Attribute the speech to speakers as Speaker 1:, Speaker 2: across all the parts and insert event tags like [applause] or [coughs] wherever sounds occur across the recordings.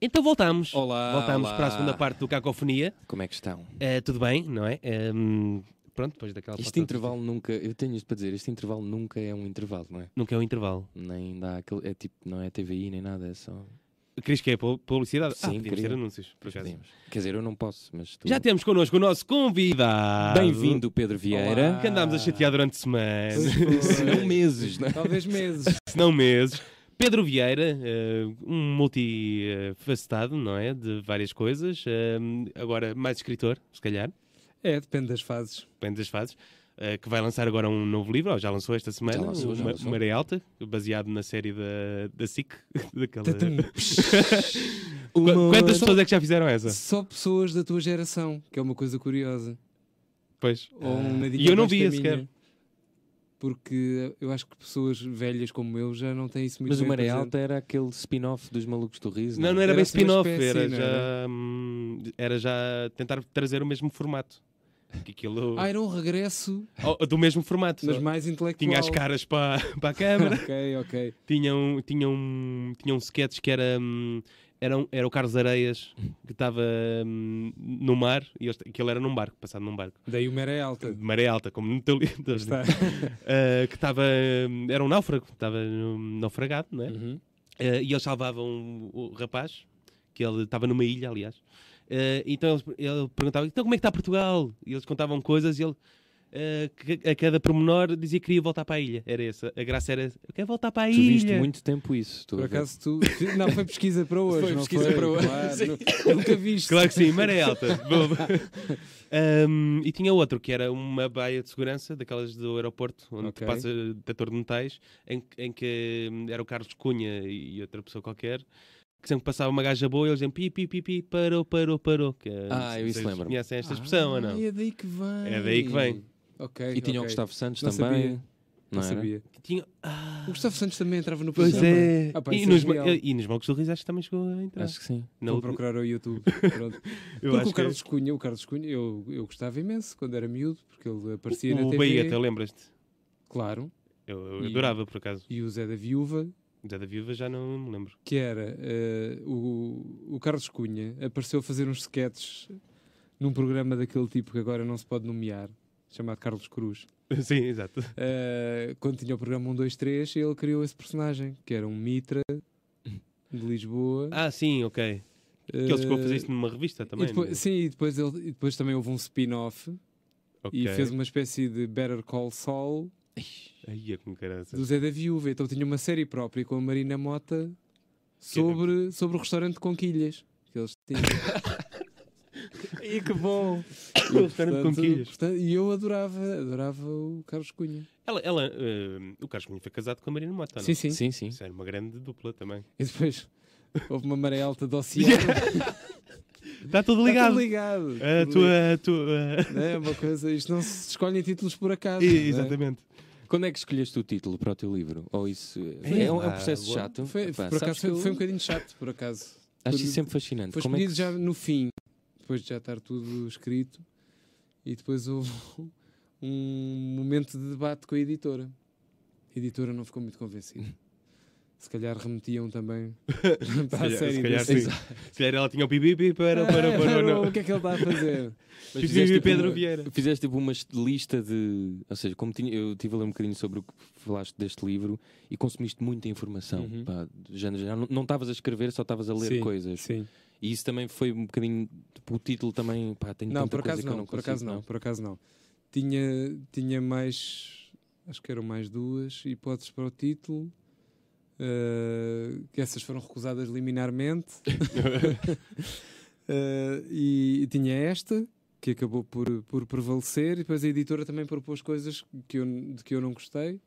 Speaker 1: Então voltamos.
Speaker 2: Olá,
Speaker 1: Voltamos
Speaker 2: olá.
Speaker 1: para a segunda parte do Cacofonia.
Speaker 2: Como é que estão?
Speaker 1: Eh, tudo bem, não é? Ehm, pronto, depois daquela
Speaker 2: Este
Speaker 1: foto- assim,
Speaker 2: intervalo nunca, eu tenho isto para dizer, este intervalo nunca é um intervalo, não é?
Speaker 1: Nunca é um intervalo.
Speaker 2: Nem dá aquele, é tipo, não é TVI nem nada, é só.
Speaker 1: Queres que é pu- publicidade? ah,
Speaker 2: Sim,
Speaker 1: podíamos
Speaker 2: queria.
Speaker 1: ter anúncios, por acaso.
Speaker 2: Podemos. Quer dizer, eu não posso, mas tu.
Speaker 1: Já temos connosco o nosso
Speaker 2: Ah,
Speaker 1: convidado.
Speaker 2: Bem-vindo, Pedro Vieira.
Speaker 1: Que andámos a chatear durante semanas, [laughs]
Speaker 2: Se
Speaker 3: [laughs]
Speaker 2: não meses, não é?
Speaker 3: Talvez meses.
Speaker 1: se não meses. Pedro Vieira, eh, um multifacetado, não é? De várias coisas. Ehm, agora, mais escritor, se calhar,
Speaker 3: É, depende das fases.
Speaker 1: depende das fases. eh, que vai lançar agora um novo livro, ou já lançou esta semana,
Speaker 2: Já lançou, já
Speaker 1: Ma-
Speaker 2: lançou.
Speaker 1: Maré Alta, baseado na série da, da SIC. [laughs] Daquela...
Speaker 3: Tatum.
Speaker 1: [laughs]
Speaker 3: [laughs]
Speaker 1: Qu-
Speaker 3: Uma-
Speaker 1: Quantas
Speaker 3: só-
Speaker 1: pessoas é que já fizeram essa?
Speaker 3: Só pessoas da tua geração, que é uma coisa curiosa.
Speaker 1: Pois.
Speaker 3: Ou ah, uma dica
Speaker 1: Ah. e eu não
Speaker 3: desta
Speaker 1: via
Speaker 3: minha.
Speaker 1: sequer.
Speaker 3: Porque eu acho que pessoas velhas como eu já não têm isso muito
Speaker 2: Mas o
Speaker 3: bem
Speaker 2: Maré
Speaker 1: é
Speaker 3: presente.
Speaker 2: Alta era aquele spin-off dos malucos do riso.
Speaker 1: Não, não
Speaker 2: é?
Speaker 1: era,
Speaker 3: Era
Speaker 1: bem
Speaker 3: assim uma
Speaker 1: spin-off,
Speaker 3: espécie,
Speaker 1: era, já,
Speaker 3: não
Speaker 1: hum, era já tentar trazer o mesmo formato. Que aquilo,
Speaker 3: Ah, era um regresso,
Speaker 1: Oh, do mesmo formato.
Speaker 3: mas
Speaker 1: só.
Speaker 3: mais intelectual.
Speaker 1: Tinha as caras para, [laughs] para a câmara,
Speaker 3: Ok, ok.
Speaker 1: tinha um, tinha, um, tinha um sketch que era, hum, era, um- era o Carlos Areias que estava hum, no mar e eles- que ele era num barco, passado num barco,
Speaker 3: Daí o Maré é Alta.
Speaker 1: de maré alta, como no teu livro,
Speaker 3: Está.
Speaker 1: ah, que estava, hum, era um náufrago, estava hum, naufragado, não é?
Speaker 2: Uhum.
Speaker 1: Eh, e eles salvavam o rapaz, que ele estava numa ilha, aliás. Eh, então eles, ele perguntava: então como é que está Portugal? E eles contavam coisas e ele, eh, que- a cada pormenor, dizia que queria voltar para a ilha. Era essa. A graça era: eu quero voltar para a
Speaker 2: Tu
Speaker 1: ilha.
Speaker 2: viste muito tempo isso. estou
Speaker 3: Por
Speaker 2: a ver.
Speaker 3: acaso tu. Não, foi pesquisa para hoje.
Speaker 2: Foi
Speaker 3: não
Speaker 2: pesquisa
Speaker 3: foi?
Speaker 2: para hoje,
Speaker 3: Claro,
Speaker 2: sim.
Speaker 3: nu- Nunca viste.
Speaker 1: Claro que sim, maré alta. Bom. Ahm, e tinha outro que era uma baia de segurança, daquelas do aeroporto, onde
Speaker 3: Ok.
Speaker 1: passa detector de metais, em, que- em que hum, era o Carlos Cunha e outra pessoa qualquer, que sempre passava uma gaja boa e eles diziam pi, pi, pi, pi, parou, parou, parou. Que, é- não
Speaker 2: Ah,
Speaker 1: sei
Speaker 2: eu
Speaker 1: se
Speaker 2: isso
Speaker 1: vocês
Speaker 2: lembro-me.
Speaker 1: Conhecem esta expressão ou não?
Speaker 3: Ah, É daí que vem.
Speaker 1: É daí que vem.
Speaker 3: Ok.
Speaker 2: E tinha um o
Speaker 3: ok.
Speaker 2: Gustavo Santos
Speaker 3: Não
Speaker 2: também.
Speaker 3: sabia. Não,
Speaker 2: era?
Speaker 3: sabia.
Speaker 1: Tinha... Ah,
Speaker 3: O Gustavo Santos também entrava no
Speaker 1: Pois
Speaker 3: programa.
Speaker 1: é.
Speaker 3: Ah, pá,
Speaker 1: e,
Speaker 3: isso é
Speaker 1: nos,
Speaker 3: genial.
Speaker 1: e nos Mocos do Riso acho que também chegou a entrar.
Speaker 2: Acho que sim.
Speaker 1: Na
Speaker 3: Vou
Speaker 1: outra-
Speaker 3: procurar ao
Speaker 1: [laughs]
Speaker 3: YouTube.
Speaker 1: eu
Speaker 3: Pronto. Porque
Speaker 1: acho
Speaker 3: o
Speaker 1: que é-
Speaker 3: Carlos Cunha, o Carlos Cunha, eu, eu gostava imenso quando era miúdo, porque ele aparecia na
Speaker 1: o, o
Speaker 3: TV.
Speaker 1: Baía, até lembras-te?
Speaker 3: Claro.
Speaker 1: Eu, eu
Speaker 3: E-
Speaker 1: adorava, por acaso.
Speaker 3: E o Zé da Viúva,
Speaker 1: Zé da Viúva já não me lembro. [laughs]
Speaker 3: que era eh, o, o Carlos Cunha, apareceu a fazer uns sketches num programa daquele tipo que agora não se pode nomear, chamado Carlos Cruz.
Speaker 1: Sim, exato.
Speaker 3: Eh, quando tinha o programa 1, 2, 3, ele criou esse personagem, que era um Mitra de Lisboa.
Speaker 1: Ah, sim, ok. Que ele chegou a fazer
Speaker 3: eh,
Speaker 1: isto numa revista
Speaker 3: e
Speaker 1: também.
Speaker 3: depois-
Speaker 1: não é?
Speaker 3: sim, e depois, ele, e depois também houve um spin-off
Speaker 1: Ok.
Speaker 3: e fez um- uma espécie de Better Call Saul
Speaker 1: Ai, é com caraças.
Speaker 3: do Zé da Viúva. Então tinha uma série própria com a Marina Mota
Speaker 1: é
Speaker 3: sobre, sobre o restaurante de Conquilhas. Que eles
Speaker 1: [laughs]
Speaker 3: tinham.
Speaker 2: E que bom!
Speaker 1: O restaurante com
Speaker 3: Portanto,
Speaker 1: quilhas.
Speaker 3: portanto- e eu adorava, adorava o Carlos Cunha.
Speaker 1: Ela, ela, eh, o Carlos Cunha foi casado com a Marina Mota, Tá, não? é?
Speaker 3: sim, sim,
Speaker 2: Sim, sim.
Speaker 1: Isso era uma grande dupla também.
Speaker 3: E depois [laughs] houve uma maré alta
Speaker 1: [laughs]
Speaker 3: de oceano.
Speaker 1: Está tudo
Speaker 3: Está
Speaker 1: tá ligado. É A
Speaker 3: tudo ligado. Tudo
Speaker 1: tua. a tua-
Speaker 3: ligado. Não É uma coisa, isto não se escolhem títulos por
Speaker 1: [laughs]
Speaker 3: acaso. não é?
Speaker 1: E- Exatamente.
Speaker 2: Quando é que escolheste o título para o teu livro? Ou isso.
Speaker 1: Ei,
Speaker 2: É, um, é um
Speaker 1: lá,
Speaker 2: processo
Speaker 1: boa.
Speaker 2: chato.
Speaker 3: Foi,
Speaker 2: Epá,
Speaker 3: por
Speaker 2: sabes
Speaker 3: acaso
Speaker 2: que
Speaker 3: foi,
Speaker 2: eu
Speaker 3: foi um bocadinho chato, por acaso.
Speaker 2: Acho isso sempre fascinante.
Speaker 3: Foi
Speaker 2: Como é
Speaker 3: escolhido
Speaker 2: que
Speaker 3: já no fim, depois de já estar tudo escrito, e depois houve [laughs] um momento de debate com a editora. A editora não ficou muito convencida. Se calhar remetiam também
Speaker 1: [laughs]
Speaker 3: [laughs] para a
Speaker 1: Se calhar-
Speaker 3: série.
Speaker 1: se calhar
Speaker 3: desse-
Speaker 1: sim. Se calhar ela tinha o pibipi
Speaker 3: [laughs]
Speaker 1: para, para, para,
Speaker 3: Ah,
Speaker 1: para,
Speaker 3: o
Speaker 1: não.
Speaker 3: que é que ele está a fazer?
Speaker 2: Mas
Speaker 1: Pibipi
Speaker 2: fizeste tipo
Speaker 1: Pedro
Speaker 3: um-
Speaker 2: uma-
Speaker 1: Vieira.
Speaker 2: Fizeste tipo uma lista de. Ou seja, como tinha- eu estive a ler um bocadinho sobre o que falaste deste livro e consumiste muita informação.
Speaker 3: Uhum.
Speaker 2: pá, de género. já não não estavas a escrever, só estavas a ler
Speaker 3: Sim,
Speaker 2: coisas.
Speaker 3: Sim.
Speaker 2: E isso também foi um bocadinho. Tipo, o título também. Pá, tem
Speaker 3: Não,
Speaker 2: tanta
Speaker 3: por acaso
Speaker 2: coisa que eu
Speaker 3: não,
Speaker 2: não
Speaker 3: por
Speaker 2: consigo,
Speaker 3: acaso não, por acaso não. Tinha, tinha mais, acho que eram mais duas hipóteses para o título, eh, que essas foram recusadas
Speaker 2: [laughs]
Speaker 3: liminarmente. Eh, e, e tinha esta, que acabou por, por prevalecer, e depois a editora também propôs coisas que eu, de que eu não gostei,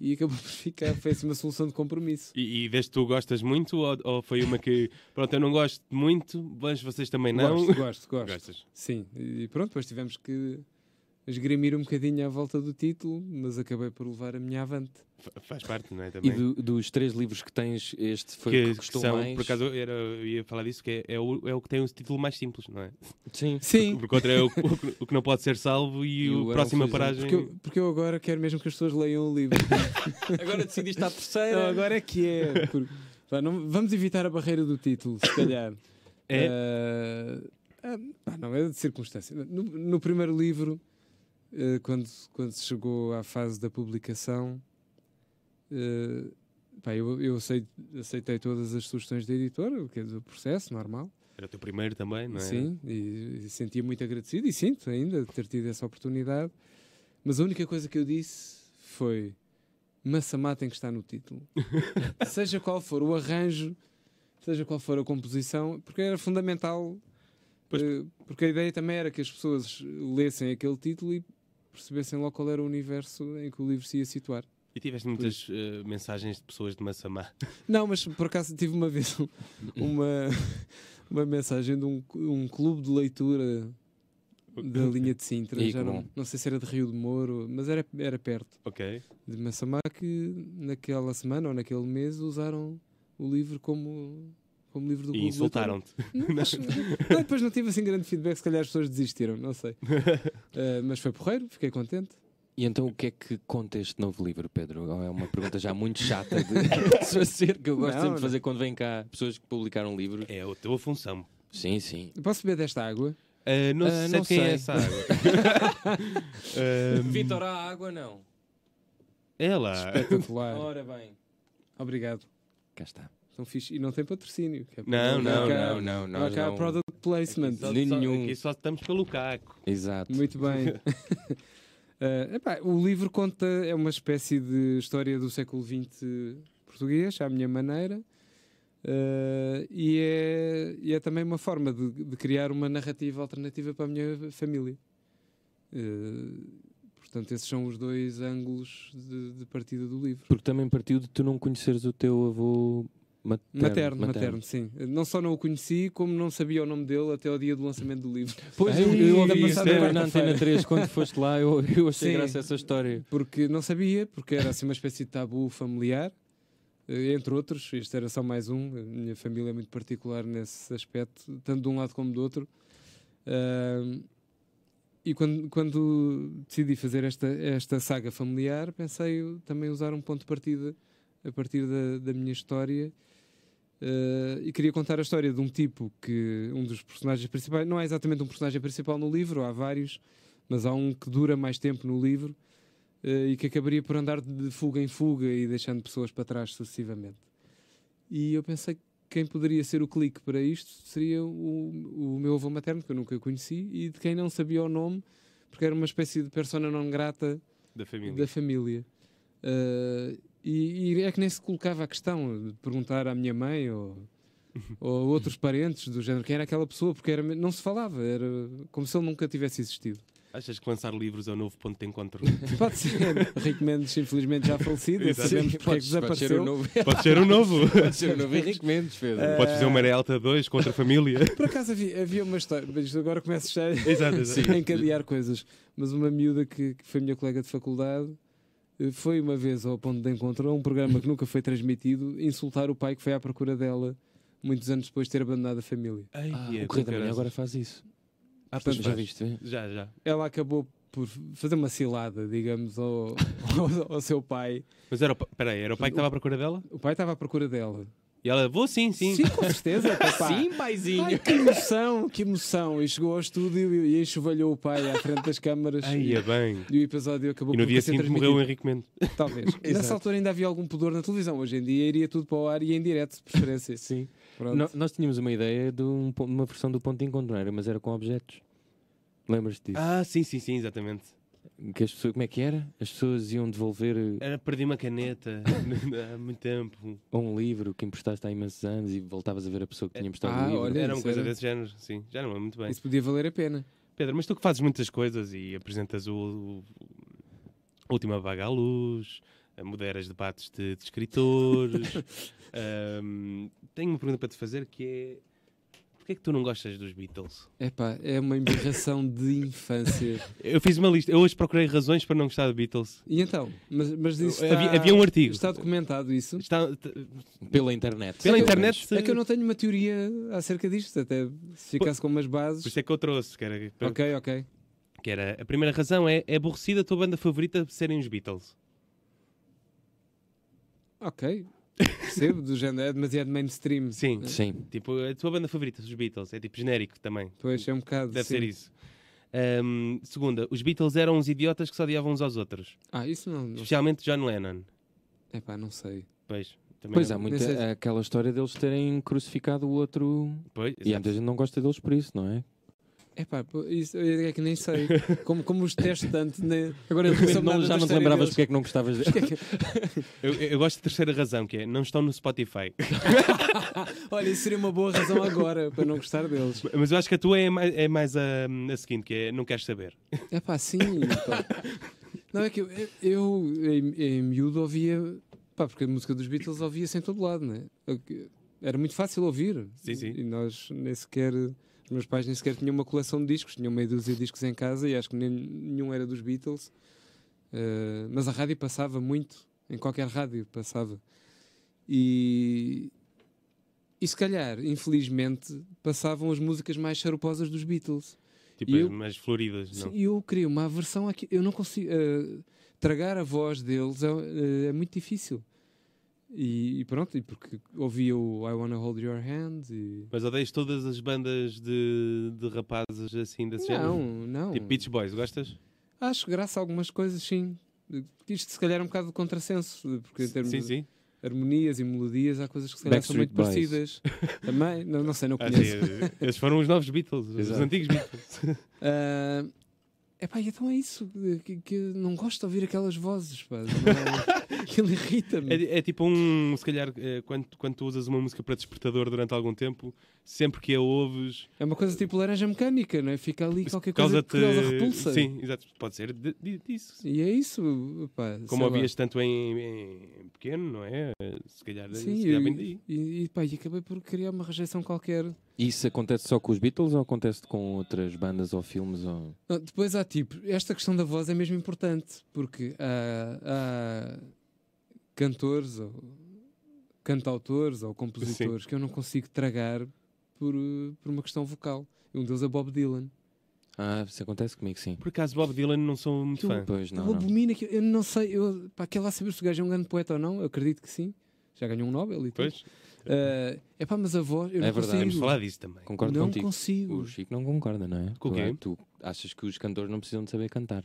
Speaker 3: e acabou por ficar, fez uma solução de compromisso.
Speaker 1: E, e deste tu gostas muito ou, ou foi uma que. Pronto, eu não gosto muito, mas vocês também não.
Speaker 3: Gosto, gosto, gosto.
Speaker 1: Gostas.
Speaker 3: Sim, e pronto, depois tivemos que esgrimir um bocadinho à volta do título, mas acabei por levar a minha avante.
Speaker 1: Fa- Faz parte, não é?
Speaker 2: E
Speaker 1: Também.
Speaker 2: do- dos três livros que tens, este foi o
Speaker 1: que,
Speaker 3: é
Speaker 2: que
Speaker 1: que
Speaker 2: custou
Speaker 1: são,
Speaker 2: mais.
Speaker 1: por acaso, eu era, eu ia falar disso, que é, é o, é o que tem o título mais simples, não é?
Speaker 2: Sim.
Speaker 1: [laughs]
Speaker 3: Sim.
Speaker 1: Porque outra é o, o que- o que não pode ser salvo e, o, próxima paragem.
Speaker 3: Porque eu, porque eu agora quero mesmo que as pessoas leiam o livro.
Speaker 2: Agora decidiste à
Speaker 3: Não,
Speaker 2: terceira.
Speaker 3: agora é que é. Por- Porque, Pá, não- vamos evitar a barreira do título, se calhar.
Speaker 1: É?
Speaker 3: Eh, ah, pá, não, é de circunstância. No, no primeiro livro, eh, quando, quando se chegou à fase da publicação, eh, pá, eu, eu acei- aceitei todas as sugestões da editora, o que é do processo normal.
Speaker 1: Era o teu primeiro também, não é?
Speaker 3: Sim, e, e sentia muito agradecido e sinto ainda de ter tido essa oportunidade. Mas a única coisa que eu disse foi: Massamá tem que estar
Speaker 1: [laughs]
Speaker 3: no título. seja qual for o arranjo, seja qual for a composição, porque era fundamental.
Speaker 1: Pois.
Speaker 3: eh, porque a ideia também era que as pessoas lessem aquele título e percebessem logo qual era o universo em que o livro se ia situar.
Speaker 1: E tiveste muitas eh, mensagens de pessoas de Massamá. [laughs]
Speaker 3: Não, mas por acaso tive uma vez um- uma, [laughs] uma mensagem de um, um clube de leitura da linha de Sintra.
Speaker 2: Ih,
Speaker 3: já
Speaker 2: que
Speaker 3: não,
Speaker 2: bom.
Speaker 3: não sei se era de Rio de Moro, mas era, era perto
Speaker 1: Ok.
Speaker 3: de Massamá que naquela semana ou naquele mês usaram o livro como, como livro do clube.
Speaker 1: E
Speaker 3: de leitura.
Speaker 1: insultaram-te. [laughs]
Speaker 3: Não, mas- não, depois não tive assim grande feedback, se calhar as pessoas desistiram,
Speaker 1: [laughs]
Speaker 3: não sei. Eh, mas foi porreiro, fiquei contente.
Speaker 2: E então o que é que conta este novo livro, Pedro? É uma pergunta já muito chata de, [laughs] de se fazer, que eu gosto
Speaker 3: Não,
Speaker 2: sempre
Speaker 3: não.
Speaker 2: de fazer quando vem cá pessoas que publicaram livros.
Speaker 1: É a tua função.
Speaker 2: Sim, sim.
Speaker 3: Posso beber desta água?
Speaker 1: Eh, não
Speaker 2: Ah,
Speaker 1: sei
Speaker 2: não
Speaker 1: de quem é
Speaker 2: sei.
Speaker 1: essa água. Ahm,
Speaker 2: Vitor, há água não?
Speaker 1: é lá.
Speaker 3: Espetacular.
Speaker 2: Ora bem.
Speaker 3: Obrigado.
Speaker 2: Cá está.
Speaker 3: Então fixe. E não tem patrocínio. que é para-
Speaker 1: Não, não,
Speaker 3: há cá-
Speaker 1: não,
Speaker 2: não,
Speaker 3: Não há cá product placement.
Speaker 1: Só- só-
Speaker 2: Nenhum.
Speaker 1: Aqui só estamos pelo caco.
Speaker 2: Exato.
Speaker 3: Muito [laughs] bem. Eh, epá, o livro conta, é uma espécie de história do século XX português, à minha maneira, Eh, e, é, e é também uma forma de, de criar uma narrativa alternativa para a minha família. Eh, portanto, esses são os dois ângulos de, de partida do livro.
Speaker 2: Porque também partiu de tu não conheceres o teu avô materno.
Speaker 3: Materno, materno, sim. Não só não o conheci, como não sabia o nome dele até ao dia do lançamento do livro.
Speaker 2: Pois eu,
Speaker 3: Ei,
Speaker 2: eu ouvi
Speaker 3: ainda
Speaker 2: isso
Speaker 3: passaram
Speaker 2: na
Speaker 3: quarta-feira.
Speaker 2: Antena 3 quando foste lá, eu, eu achei
Speaker 3: Sim.
Speaker 2: graça essa história.
Speaker 3: Porque não sabia, porque era assim uma espécie de tabu familiar, eh, entre outros. Este era só mais um. A minha família é muito particular nesse aspecto, tanto de um lado como do outro. Ahm, e quando, quando decidi fazer esta, esta saga familiar, pensei eu também usar um ponto de partida a partir da, da minha história. Eh, e queria contar a história de um tipo que um dos personagens principais, não é exatamente um personagem principal no livro, há vários, mas há um que dura mais tempo no livro eh, e que acabaria por andar de fuga em fuga e deixando pessoas para trás sucessivamente. E eu pensei que quem poderia ser o clique para isto seria o, o meu avô materno, que eu nunca conheci, e de quem não sabia o nome, porque era uma espécie de persona não grata
Speaker 1: Da família.
Speaker 3: da família. Eh, e, e é que nem se colocava a questão de perguntar à minha mãe ou, ou a outros parentes do género quem era aquela pessoa, porque era, não se falava, era como se ele nunca tivesse existido.
Speaker 1: Achas que lançar livros é o novo ponto de encontro?
Speaker 3: Pode ser. Rico Mendes, infelizmente, já falecido. não
Speaker 1: Exato.
Speaker 3: Sabemos porque é que desapareceu.
Speaker 2: novo,
Speaker 1: Pode ser um novo.
Speaker 2: pode ser o novo Henrique Mendes, Pedro.
Speaker 1: Podes fazer uma área alta 2 contra a família.
Speaker 3: Por acaso havia, havia uma história, mas isto agora começo já
Speaker 1: exato, exato.
Speaker 3: a encadear coisas. Mas uma miúda que, que foi minha colega de faculdade eh, foi uma vez ao ponto de encontro a um programa que nunca foi transmitido insultar o pai que foi à procura dela muitos anos depois de ter abandonado a família.
Speaker 1: Ai,
Speaker 2: Ah,
Speaker 1: é,
Speaker 2: o Correio da
Speaker 1: caraças.
Speaker 2: Manhã agora faz isso.
Speaker 1: Ah, pois
Speaker 2: Já
Speaker 1: faz.
Speaker 2: viste?
Speaker 1: Já, já.
Speaker 3: Ela acabou por fazer uma cilada, digamos, ao, [laughs] ao, ao seu pai.
Speaker 1: Mas era o, pa- peraí, era o pai que estava à procura dela?
Speaker 3: O pai estava à procura dela.
Speaker 1: E ela, vou sim, sim.
Speaker 3: com
Speaker 1: [laughs]
Speaker 3: certeza. papá.
Speaker 2: paizinho.
Speaker 3: Ai, que emoção, que emoção. E chegou ao estúdio e enxovalhou o pai à frente das câmaras.
Speaker 1: Ai, é bem.
Speaker 3: E o episódio acabou
Speaker 1: E no
Speaker 3: por
Speaker 1: dia
Speaker 3: ser
Speaker 1: seguinte morreu o Henrique
Speaker 3: transmitido.
Speaker 1: Mendes.
Speaker 3: [laughs]
Speaker 1: [laughs]
Speaker 3: Talvez. Nessa altura ainda havia algum pudor na televisão. Hoje em dia iria tudo para o ar e em direto, de
Speaker 1: [laughs]
Speaker 3: preferência.
Speaker 2: Sim.
Speaker 3: Pronto.
Speaker 2: No- nós tínhamos uma ideia de um pon- uma versão do ponto de encontro, não era? Mas era com objetos. Lembras-te disso?
Speaker 1: Ah, sim, sim, sim, exatamente.
Speaker 2: Que as pessoas, como é que era? As pessoas iam devolver eh,
Speaker 1: Era, perdi uma caneta [laughs] há muito tempo.
Speaker 2: um livro que emprestaste há imensos anos e voltavas a ver a pessoa que tinha emprestado
Speaker 3: Ah,
Speaker 2: o livro.
Speaker 3: olha.
Speaker 1: Era uma
Speaker 3: isso
Speaker 1: coisa
Speaker 3: era-
Speaker 1: desse género, sim. Já não é muito bem.
Speaker 3: Isso podia valer a pena.
Speaker 1: Pedro, mas tu que fazes muitas coisas e apresentas o, o- a última vaga à luz, eh, moderas debates de, de escritores. ahm, tenho uma pergunta para te fazer que é porquê é que tu não gostas dos Beatles?
Speaker 3: Epá, é uma embirração de infância.
Speaker 1: Eu fiz uma lista, eu hoje procurei razões para não gostar de Beatles.
Speaker 3: E então? Mas, mas isso está,
Speaker 1: havia, havia um artigo.
Speaker 3: está documentado isso? é
Speaker 1: Está- t-
Speaker 2: Pela internet.
Speaker 1: pela
Speaker 3: que eu-
Speaker 1: internet.
Speaker 3: É que eu não tenho uma teoria acerca disto. Até se ficasse com umas
Speaker 1: Por
Speaker 3: bases...
Speaker 1: isso é que eu trouxe, que era,
Speaker 3: Ok, ok.
Speaker 1: que era- a primeira razão é, é aborrecida a tua banda favorita serem os Beatles.
Speaker 3: Ok. percebo, do género, é demasiado mainstream.
Speaker 1: Sim.
Speaker 2: Sim.
Speaker 1: Tipo, a tua banda favorita, os Beatles. É tipo genérico também.
Speaker 3: Pois, é um bocado.
Speaker 1: Deve
Speaker 3: sim.
Speaker 1: ser isso. Ahm, segunda, os Beatles eram uns idiotas que se odiavam uns aos outros.
Speaker 3: Ah, isso não. não
Speaker 1: Especialmente John Lennon.
Speaker 3: Epá, não sei.
Speaker 1: Pois, também
Speaker 2: Pois
Speaker 1: é
Speaker 2: há
Speaker 1: um-
Speaker 2: muita,
Speaker 3: sei-
Speaker 2: há aquela história deles terem crucificado o outro.
Speaker 1: Pois,
Speaker 2: E há muita gente que não gosta deles por isso, não é?
Speaker 3: Epá, pô, isso eu é que nem sei. Como, como os testes tanto. Né?
Speaker 2: Agora
Speaker 3: de repente, não-
Speaker 2: já [laughs] não te lembravas porque é que não gostavas deles.
Speaker 1: Eu, eu gosto da terceira razão, que é não estão no Spotify. [laughs]
Speaker 3: Olha, isso seria uma boa razão agora para não gostar deles.
Speaker 1: Mas eu acho que a tua é mais, é mais a, a seguinte, que é não queres saber.
Speaker 3: É pá, sim.
Speaker 1: [laughs]
Speaker 3: pá. Não, é que eu, eu em, em miúdo ouvia. Pá, porque a música dos Beatles ouvia-se em todo lado, né? Eu que- Era muito fácil ouvir.
Speaker 1: Sim, sim.
Speaker 3: E nós nem sequer. Os meus pais nem sequer tinham uma coleção de discos, tinham meia dúzia de discos em casa e acho que nem, nenhum era dos Beatles. Eh, mas a rádio passava muito, em qualquer rádio passava. E. E se calhar, infelizmente, passavam as músicas mais charuposas dos Beatles.
Speaker 1: Tipo,
Speaker 3: Eu-
Speaker 1: as mais floridas,
Speaker 3: Sim,
Speaker 1: não.
Speaker 3: e eu queria uma aversão aqui. Eu não consigo. eh, tragar a voz deles é, eh, é muito difícil. E, e pronto, e porque ouvia o I Wanna Hold Your Hand e.
Speaker 1: Mas odeias todas as bandas de, de rapazes assim desse
Speaker 3: Não,
Speaker 1: género?
Speaker 3: não.
Speaker 1: Tipo Beach Boys, gostas?
Speaker 3: Acho graça a algumas coisas, sim. Isto se calhar é um bocado de contrassenso, porque em termos
Speaker 1: Sim,
Speaker 3: de
Speaker 1: sim.
Speaker 3: harmonias e melodias há coisas que se calhar são muito
Speaker 2: Backstreet
Speaker 3: parecidas.
Speaker 1: [laughs]
Speaker 3: Também, não, não sei, não
Speaker 1: Ah,
Speaker 3: conheço.
Speaker 1: sim, Esses foram os novos Beatles, os
Speaker 2: Exato.
Speaker 1: antigos
Speaker 3: [laughs]
Speaker 1: Beatles.
Speaker 3: Ah, epá, e então é isso. Que, que eu não gosto de ouvir aquelas vozes,
Speaker 1: [laughs]
Speaker 3: pá. Não- Aquilo irrita-me.
Speaker 1: É, é tipo um, se calhar, eh, quando, quando tu usas uma música para despertador durante algum tempo, sempre que a ouves,
Speaker 3: É uma coisa tipo laranja mecânica, não é? Fica ali qualquer coisa
Speaker 1: causa-te.
Speaker 3: que causa repulsa.
Speaker 1: Sim, exato. Pode ser de- de- disso.
Speaker 3: E é isso, é pá. sei
Speaker 1: Como
Speaker 3: lá.
Speaker 1: ouvias tanto em, em pequeno, não é? Se calhar,
Speaker 3: Sim,
Speaker 1: se calhar
Speaker 3: eu-
Speaker 1: vem daí.
Speaker 3: E, e, pá, e acabei por criar uma rejeição qualquer.
Speaker 2: Isso acontece só com os Beatles ou acontece com outras bandas ou filmes? Ou...
Speaker 3: Não, Depois há tipo, esta questão da voz é mesmo importante, porque há, há cantores ou cantautores ou compositores que eu não consigo tragar por, eh, por uma questão vocal. E Um deles é Bob Dylan.
Speaker 2: Ah, isso acontece comigo, sim.
Speaker 1: Por acaso, Bob Dylan, não sou muito
Speaker 3: Tu-
Speaker 1: fã.
Speaker 2: Pois não.
Speaker 3: eu
Speaker 2: não.
Speaker 3: abomino aquilo. Eu não sei, eu, pá, quer lá saber se o gajo é um grande poeta ou não, eu acredito que sim. Já ganhou um Nobel e tudo.
Speaker 1: Pois,
Speaker 3: é pá, mas a voz, eu não
Speaker 2: É verdade,
Speaker 1: temos
Speaker 3: consigo.
Speaker 1: de falar disso também.
Speaker 2: Concordo
Speaker 3: não
Speaker 2: contigo.
Speaker 3: consigo.
Speaker 2: O Chico não concorda, não é?
Speaker 1: Com o quê?
Speaker 2: Tu, tu achas que os cantores não precisam de saber cantar.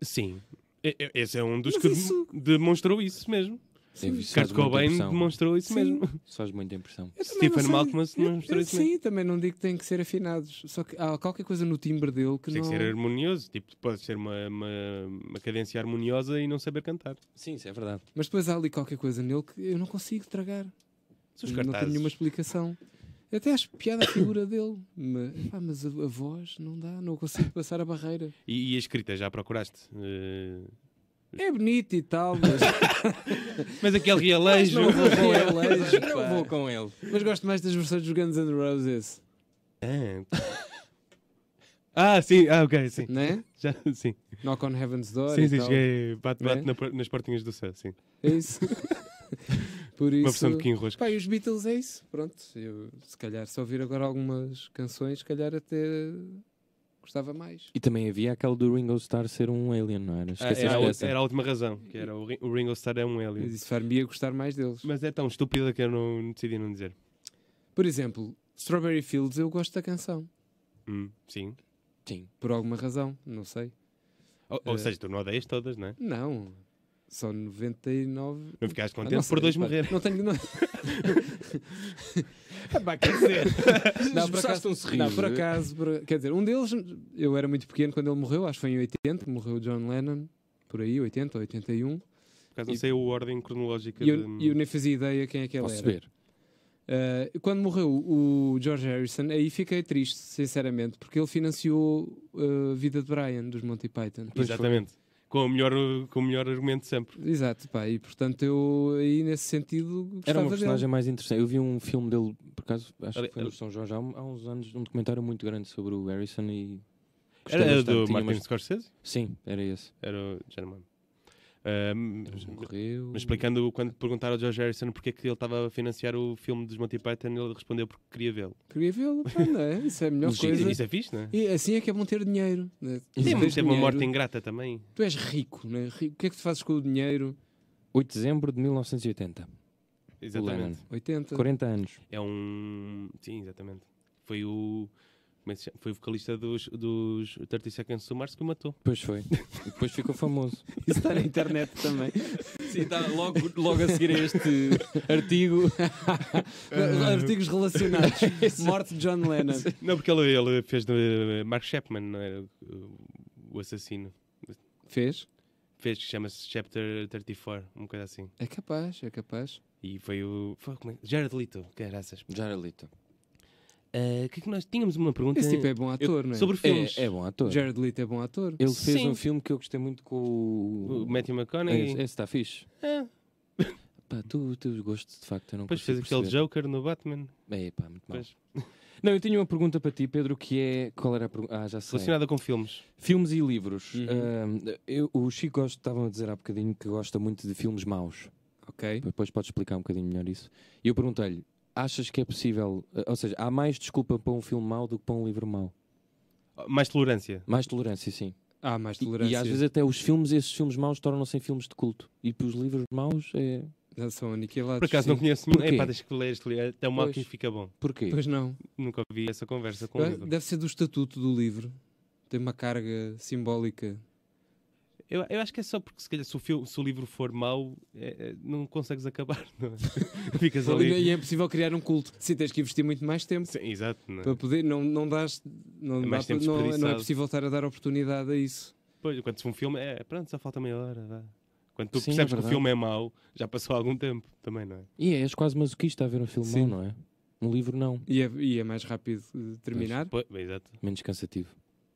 Speaker 1: Sim. E- e- Esse é um dos
Speaker 3: Mas
Speaker 1: que
Speaker 3: isso-
Speaker 1: demonstrou isso mesmo.
Speaker 2: Eu vi- isso faz
Speaker 1: Kurt
Speaker 2: muita
Speaker 1: Cobain
Speaker 2: impressão.
Speaker 1: demonstrou isso
Speaker 3: Sim.
Speaker 1: mesmo.
Speaker 2: Isso faz muita impressão.
Speaker 3: Eu também não
Speaker 1: Stephen
Speaker 3: sei.
Speaker 1: Malcolm
Speaker 3: Eu-
Speaker 1: demonstrou
Speaker 3: eu
Speaker 1: isso mesmo.
Speaker 3: Sim, também não digo que têm que ser afinados. Só que há qualquer coisa no timbre dele que
Speaker 1: Tem
Speaker 3: não.
Speaker 1: que ser harmonioso. Tipo, pode ser uma, uma, uma cadência harmoniosa e não saber cantar.
Speaker 2: Sim, isso é verdade.
Speaker 3: Mas depois há ali qualquer coisa nele que eu não consigo tragar.
Speaker 1: Se os
Speaker 3: não tenho
Speaker 1: cartazes-
Speaker 3: nenhuma explicação. Eu até acho piada a figura dele, mas, pá, mas a, a voz não dá, não consigo passar a barreira.
Speaker 1: E, e a escrita, já procuraste? Eh,
Speaker 3: É bonito e tal,
Speaker 1: [laughs]
Speaker 3: mas,
Speaker 1: Mas aquele realejo.
Speaker 3: não vou com ele.
Speaker 1: é,
Speaker 3: hoje, pá.
Speaker 2: não vou com ele.
Speaker 3: mas gosto mais das versões dos Guns N' Roses,
Speaker 1: ah. [laughs] Ah, sim, ah, ok, sim.
Speaker 3: né?
Speaker 1: Já, sim,
Speaker 3: Knock on Heaven's Door.
Speaker 1: sim,
Speaker 3: e
Speaker 1: sim
Speaker 3: tal.
Speaker 1: cheguei. Bate, bate
Speaker 3: então, Né?
Speaker 1: na por- nas portinhas do céu, sim.
Speaker 3: É isso. [laughs] Por isso.
Speaker 1: Uma versão de Kim Rosco.
Speaker 3: Pá, e os Beatles é isso, pronto. Eu, se calhar, se ouvir agora algumas canções, se calhar até gostava mais.
Speaker 2: E também havia aquele do Ringo Starr ser um alien, não era?
Speaker 1: Ah,
Speaker 2: Esqueceste
Speaker 1: era, a
Speaker 2: dessa.
Speaker 1: outra- era a última razão, que era o, Ri- o Ringo Starr é um
Speaker 3: Eu
Speaker 1: alien.
Speaker 3: disse, far-me-ia gostar mais deles.
Speaker 1: Mas é tão estúpida que eu não decidi não dizer.
Speaker 3: Por exemplo, Strawberry Fields, eu gosto da canção.
Speaker 1: Hum, sim.
Speaker 2: Sim.
Speaker 3: Por alguma razão, não sei.
Speaker 1: Ou, ou
Speaker 3: Eh.
Speaker 1: seja, tu não odeias todas, não é?
Speaker 3: Não, só 99.
Speaker 1: Não ficaste
Speaker 3: Ah,
Speaker 1: contente
Speaker 3: não
Speaker 1: por
Speaker 3: sei,
Speaker 1: dois
Speaker 3: pá,
Speaker 1: morrer. [laughs]
Speaker 3: Não tenho. Não... Pá, quer
Speaker 2: [laughs]
Speaker 3: dizer, não, por acaso,
Speaker 2: um sorriso.
Speaker 3: não, por
Speaker 1: é?
Speaker 3: acaso, por- quer dizer, um deles, eu era muito pequeno quando ele morreu, acho que foi em 80, que morreu o John Lennon, por aí, 80 ou 81.
Speaker 1: Por acaso não sei a ordem cronológica
Speaker 3: E eu,
Speaker 1: de-
Speaker 3: e eu nem fazia ideia quem é que ele
Speaker 2: Posso
Speaker 3: era.
Speaker 2: ver?
Speaker 3: Ah, quando morreu o George Harrison, aí fiquei triste, sinceramente, porque ele financiou ah, a vida de Brian dos Monty Python.
Speaker 2: Pois foi.
Speaker 1: Exatamente. Com o, melhor, com o melhor argumento sempre.
Speaker 3: Exato, pá, e portanto eu aí nesse sentido gostava
Speaker 2: Era uma personagem
Speaker 3: dele.
Speaker 2: mais interessante. Eu vi um filme dele, por acaso, acho
Speaker 1: Ali-
Speaker 2: que foi no
Speaker 1: ali-
Speaker 2: São Jorge, há, um- há uns anos, um documentário muito grande sobre o Harrison e. gostei
Speaker 1: Era
Speaker 2: bastante.
Speaker 1: do
Speaker 2: Tinha
Speaker 1: Martin
Speaker 2: umas-
Speaker 1: Scorsese?
Speaker 2: Sim, era esse.
Speaker 1: Era o German. Ahm,
Speaker 2: Ele morreu.
Speaker 1: Mas explicando, quando perguntaram ao George Harrison porque é que ele estava a financiar o filme dos Monty Python, ele respondeu porque queria vê-lo.
Speaker 3: Queria vê-lo, pá, não é? Isso é a melhor
Speaker 2: [laughs] Legítimo.
Speaker 3: coisa.
Speaker 1: Isso é fixe, não é?
Speaker 3: E assim é que é bom ter dinheiro. Né?
Speaker 1: Sim,
Speaker 3: Tu tens
Speaker 1: mas teve uma
Speaker 3: dinheiro,
Speaker 1: morte ingrata também.
Speaker 3: Tu és rico, né? rico, o que é que tu fazes com o dinheiro?
Speaker 2: 8 de dezembro de 1980.
Speaker 1: Exatamente.
Speaker 2: Lennon.
Speaker 3: 80.
Speaker 2: 40 anos.
Speaker 1: É um. Sim, exatamente. Foi o. Como é que se chama? Foi o vocalista dos, dos 30 Seconds to Mars que o matou.
Speaker 2: Depois foi. E depois ficou famoso.
Speaker 3: Isso está na internet
Speaker 2: [laughs]
Speaker 3: também.
Speaker 2: Sim, tá logo, logo a seguir a este
Speaker 3: [laughs]
Speaker 2: artigo. [laughs]
Speaker 3: Artigos relacionados. Morte de John Lennon.
Speaker 1: Não, porque ele, ele fez de eh, Mark Chapman, não era o- o assassino.
Speaker 3: Fez?
Speaker 1: Fez que chama-se Chapter 34, uma coisa assim.
Speaker 3: É capaz, é capaz.
Speaker 1: E foi o. Foi, como é? Jared Leto, graças.
Speaker 2: Jaralito.
Speaker 1: Ah, que é que nós tínhamos uma pergunta
Speaker 3: Esse tipo é bom ator, não é?
Speaker 1: sobre filmes.
Speaker 2: É, é bom ator.
Speaker 3: Jared Leto é bom ator.
Speaker 2: Ele fez
Speaker 1: Sim.
Speaker 2: um filme que eu gostei muito com o.
Speaker 1: O Matthew
Speaker 3: É,
Speaker 2: Esse
Speaker 1: McConaughey.
Speaker 2: esse está fixe.
Speaker 1: Ah,
Speaker 2: Pá, tu, teus gostos, de facto, eu não
Speaker 1: depois fez
Speaker 2: consigo
Speaker 1: aquele
Speaker 2: perceber.
Speaker 1: Joker no Batman.
Speaker 2: É, pá, muito mal.
Speaker 1: Pois.
Speaker 2: [laughs] Não, eu tinha uma pergunta para ti, Pedro, que é. Qual era a pergunta? Ah, já sei.
Speaker 1: Relacionada com filmes.
Speaker 2: Filmes e livros.
Speaker 3: Uhum.
Speaker 2: Ah, eu- o Chico gosta- estava a dizer há bocadinho que gosta muito de filmes maus.
Speaker 3: Ok.
Speaker 2: Depois podes explicar um bocadinho melhor isso. E eu perguntei-lhe: achas que é possível. ah, Ou seja, há mais desculpa para um filme mau do que para um livro mau?
Speaker 1: Mais tolerância.
Speaker 2: Mais tolerância, sim.
Speaker 3: Há mais
Speaker 2: E-
Speaker 3: tolerância.
Speaker 2: E, às vezes até os filmes, esses filmes maus tornam-se em filmes de culto. E para os livros maus é.
Speaker 3: Já são aniquilados.
Speaker 1: Por acaso
Speaker 3: sim.
Speaker 1: não conheço nenhum.
Speaker 2: Porquê?
Speaker 1: É pá, deixa que ler este livro. Até o mal que
Speaker 2: Pois.
Speaker 1: fica bom.
Speaker 2: Porquê?
Speaker 3: Pois não.
Speaker 1: Nunca ouvi essa conversa com o
Speaker 3: Eu-
Speaker 1: livro.
Speaker 3: Deve ser do estatuto do livro. Tem uma carga simbólica.
Speaker 1: Eu, eu acho que é só porque se calhar se o, fil- se o livro for mau, é- é- não consegues acabar. [laughs] Não
Speaker 2: [laughs]
Speaker 1: é? Ficas ali.
Speaker 3: E é possível criar um culto. Sim, tens que investir muito mais tempo.
Speaker 1: Sim, exato. não é?
Speaker 3: Para poder, não, não dás. Não,
Speaker 1: É
Speaker 3: dá
Speaker 1: mais
Speaker 3: para-
Speaker 1: tempo
Speaker 3: não- não é
Speaker 1: desperdiçado.
Speaker 3: possível estar a dar oportunidade a isso.
Speaker 1: Pois, quando se vê um filme, é pronto, só falta meia hora. vá. Quando tu
Speaker 2: Sim, é
Speaker 1: percebes que o
Speaker 2: verdade.
Speaker 1: filme é mau, já passou algum tempo também, não é?
Speaker 2: E é, és quase masoquista a ver um filme
Speaker 3: Sim.
Speaker 2: mau, não é? Um livro não.
Speaker 3: E é, e é mais rápido eh, terminar.
Speaker 1: Pois, bem, exato,
Speaker 2: Menos cansativo.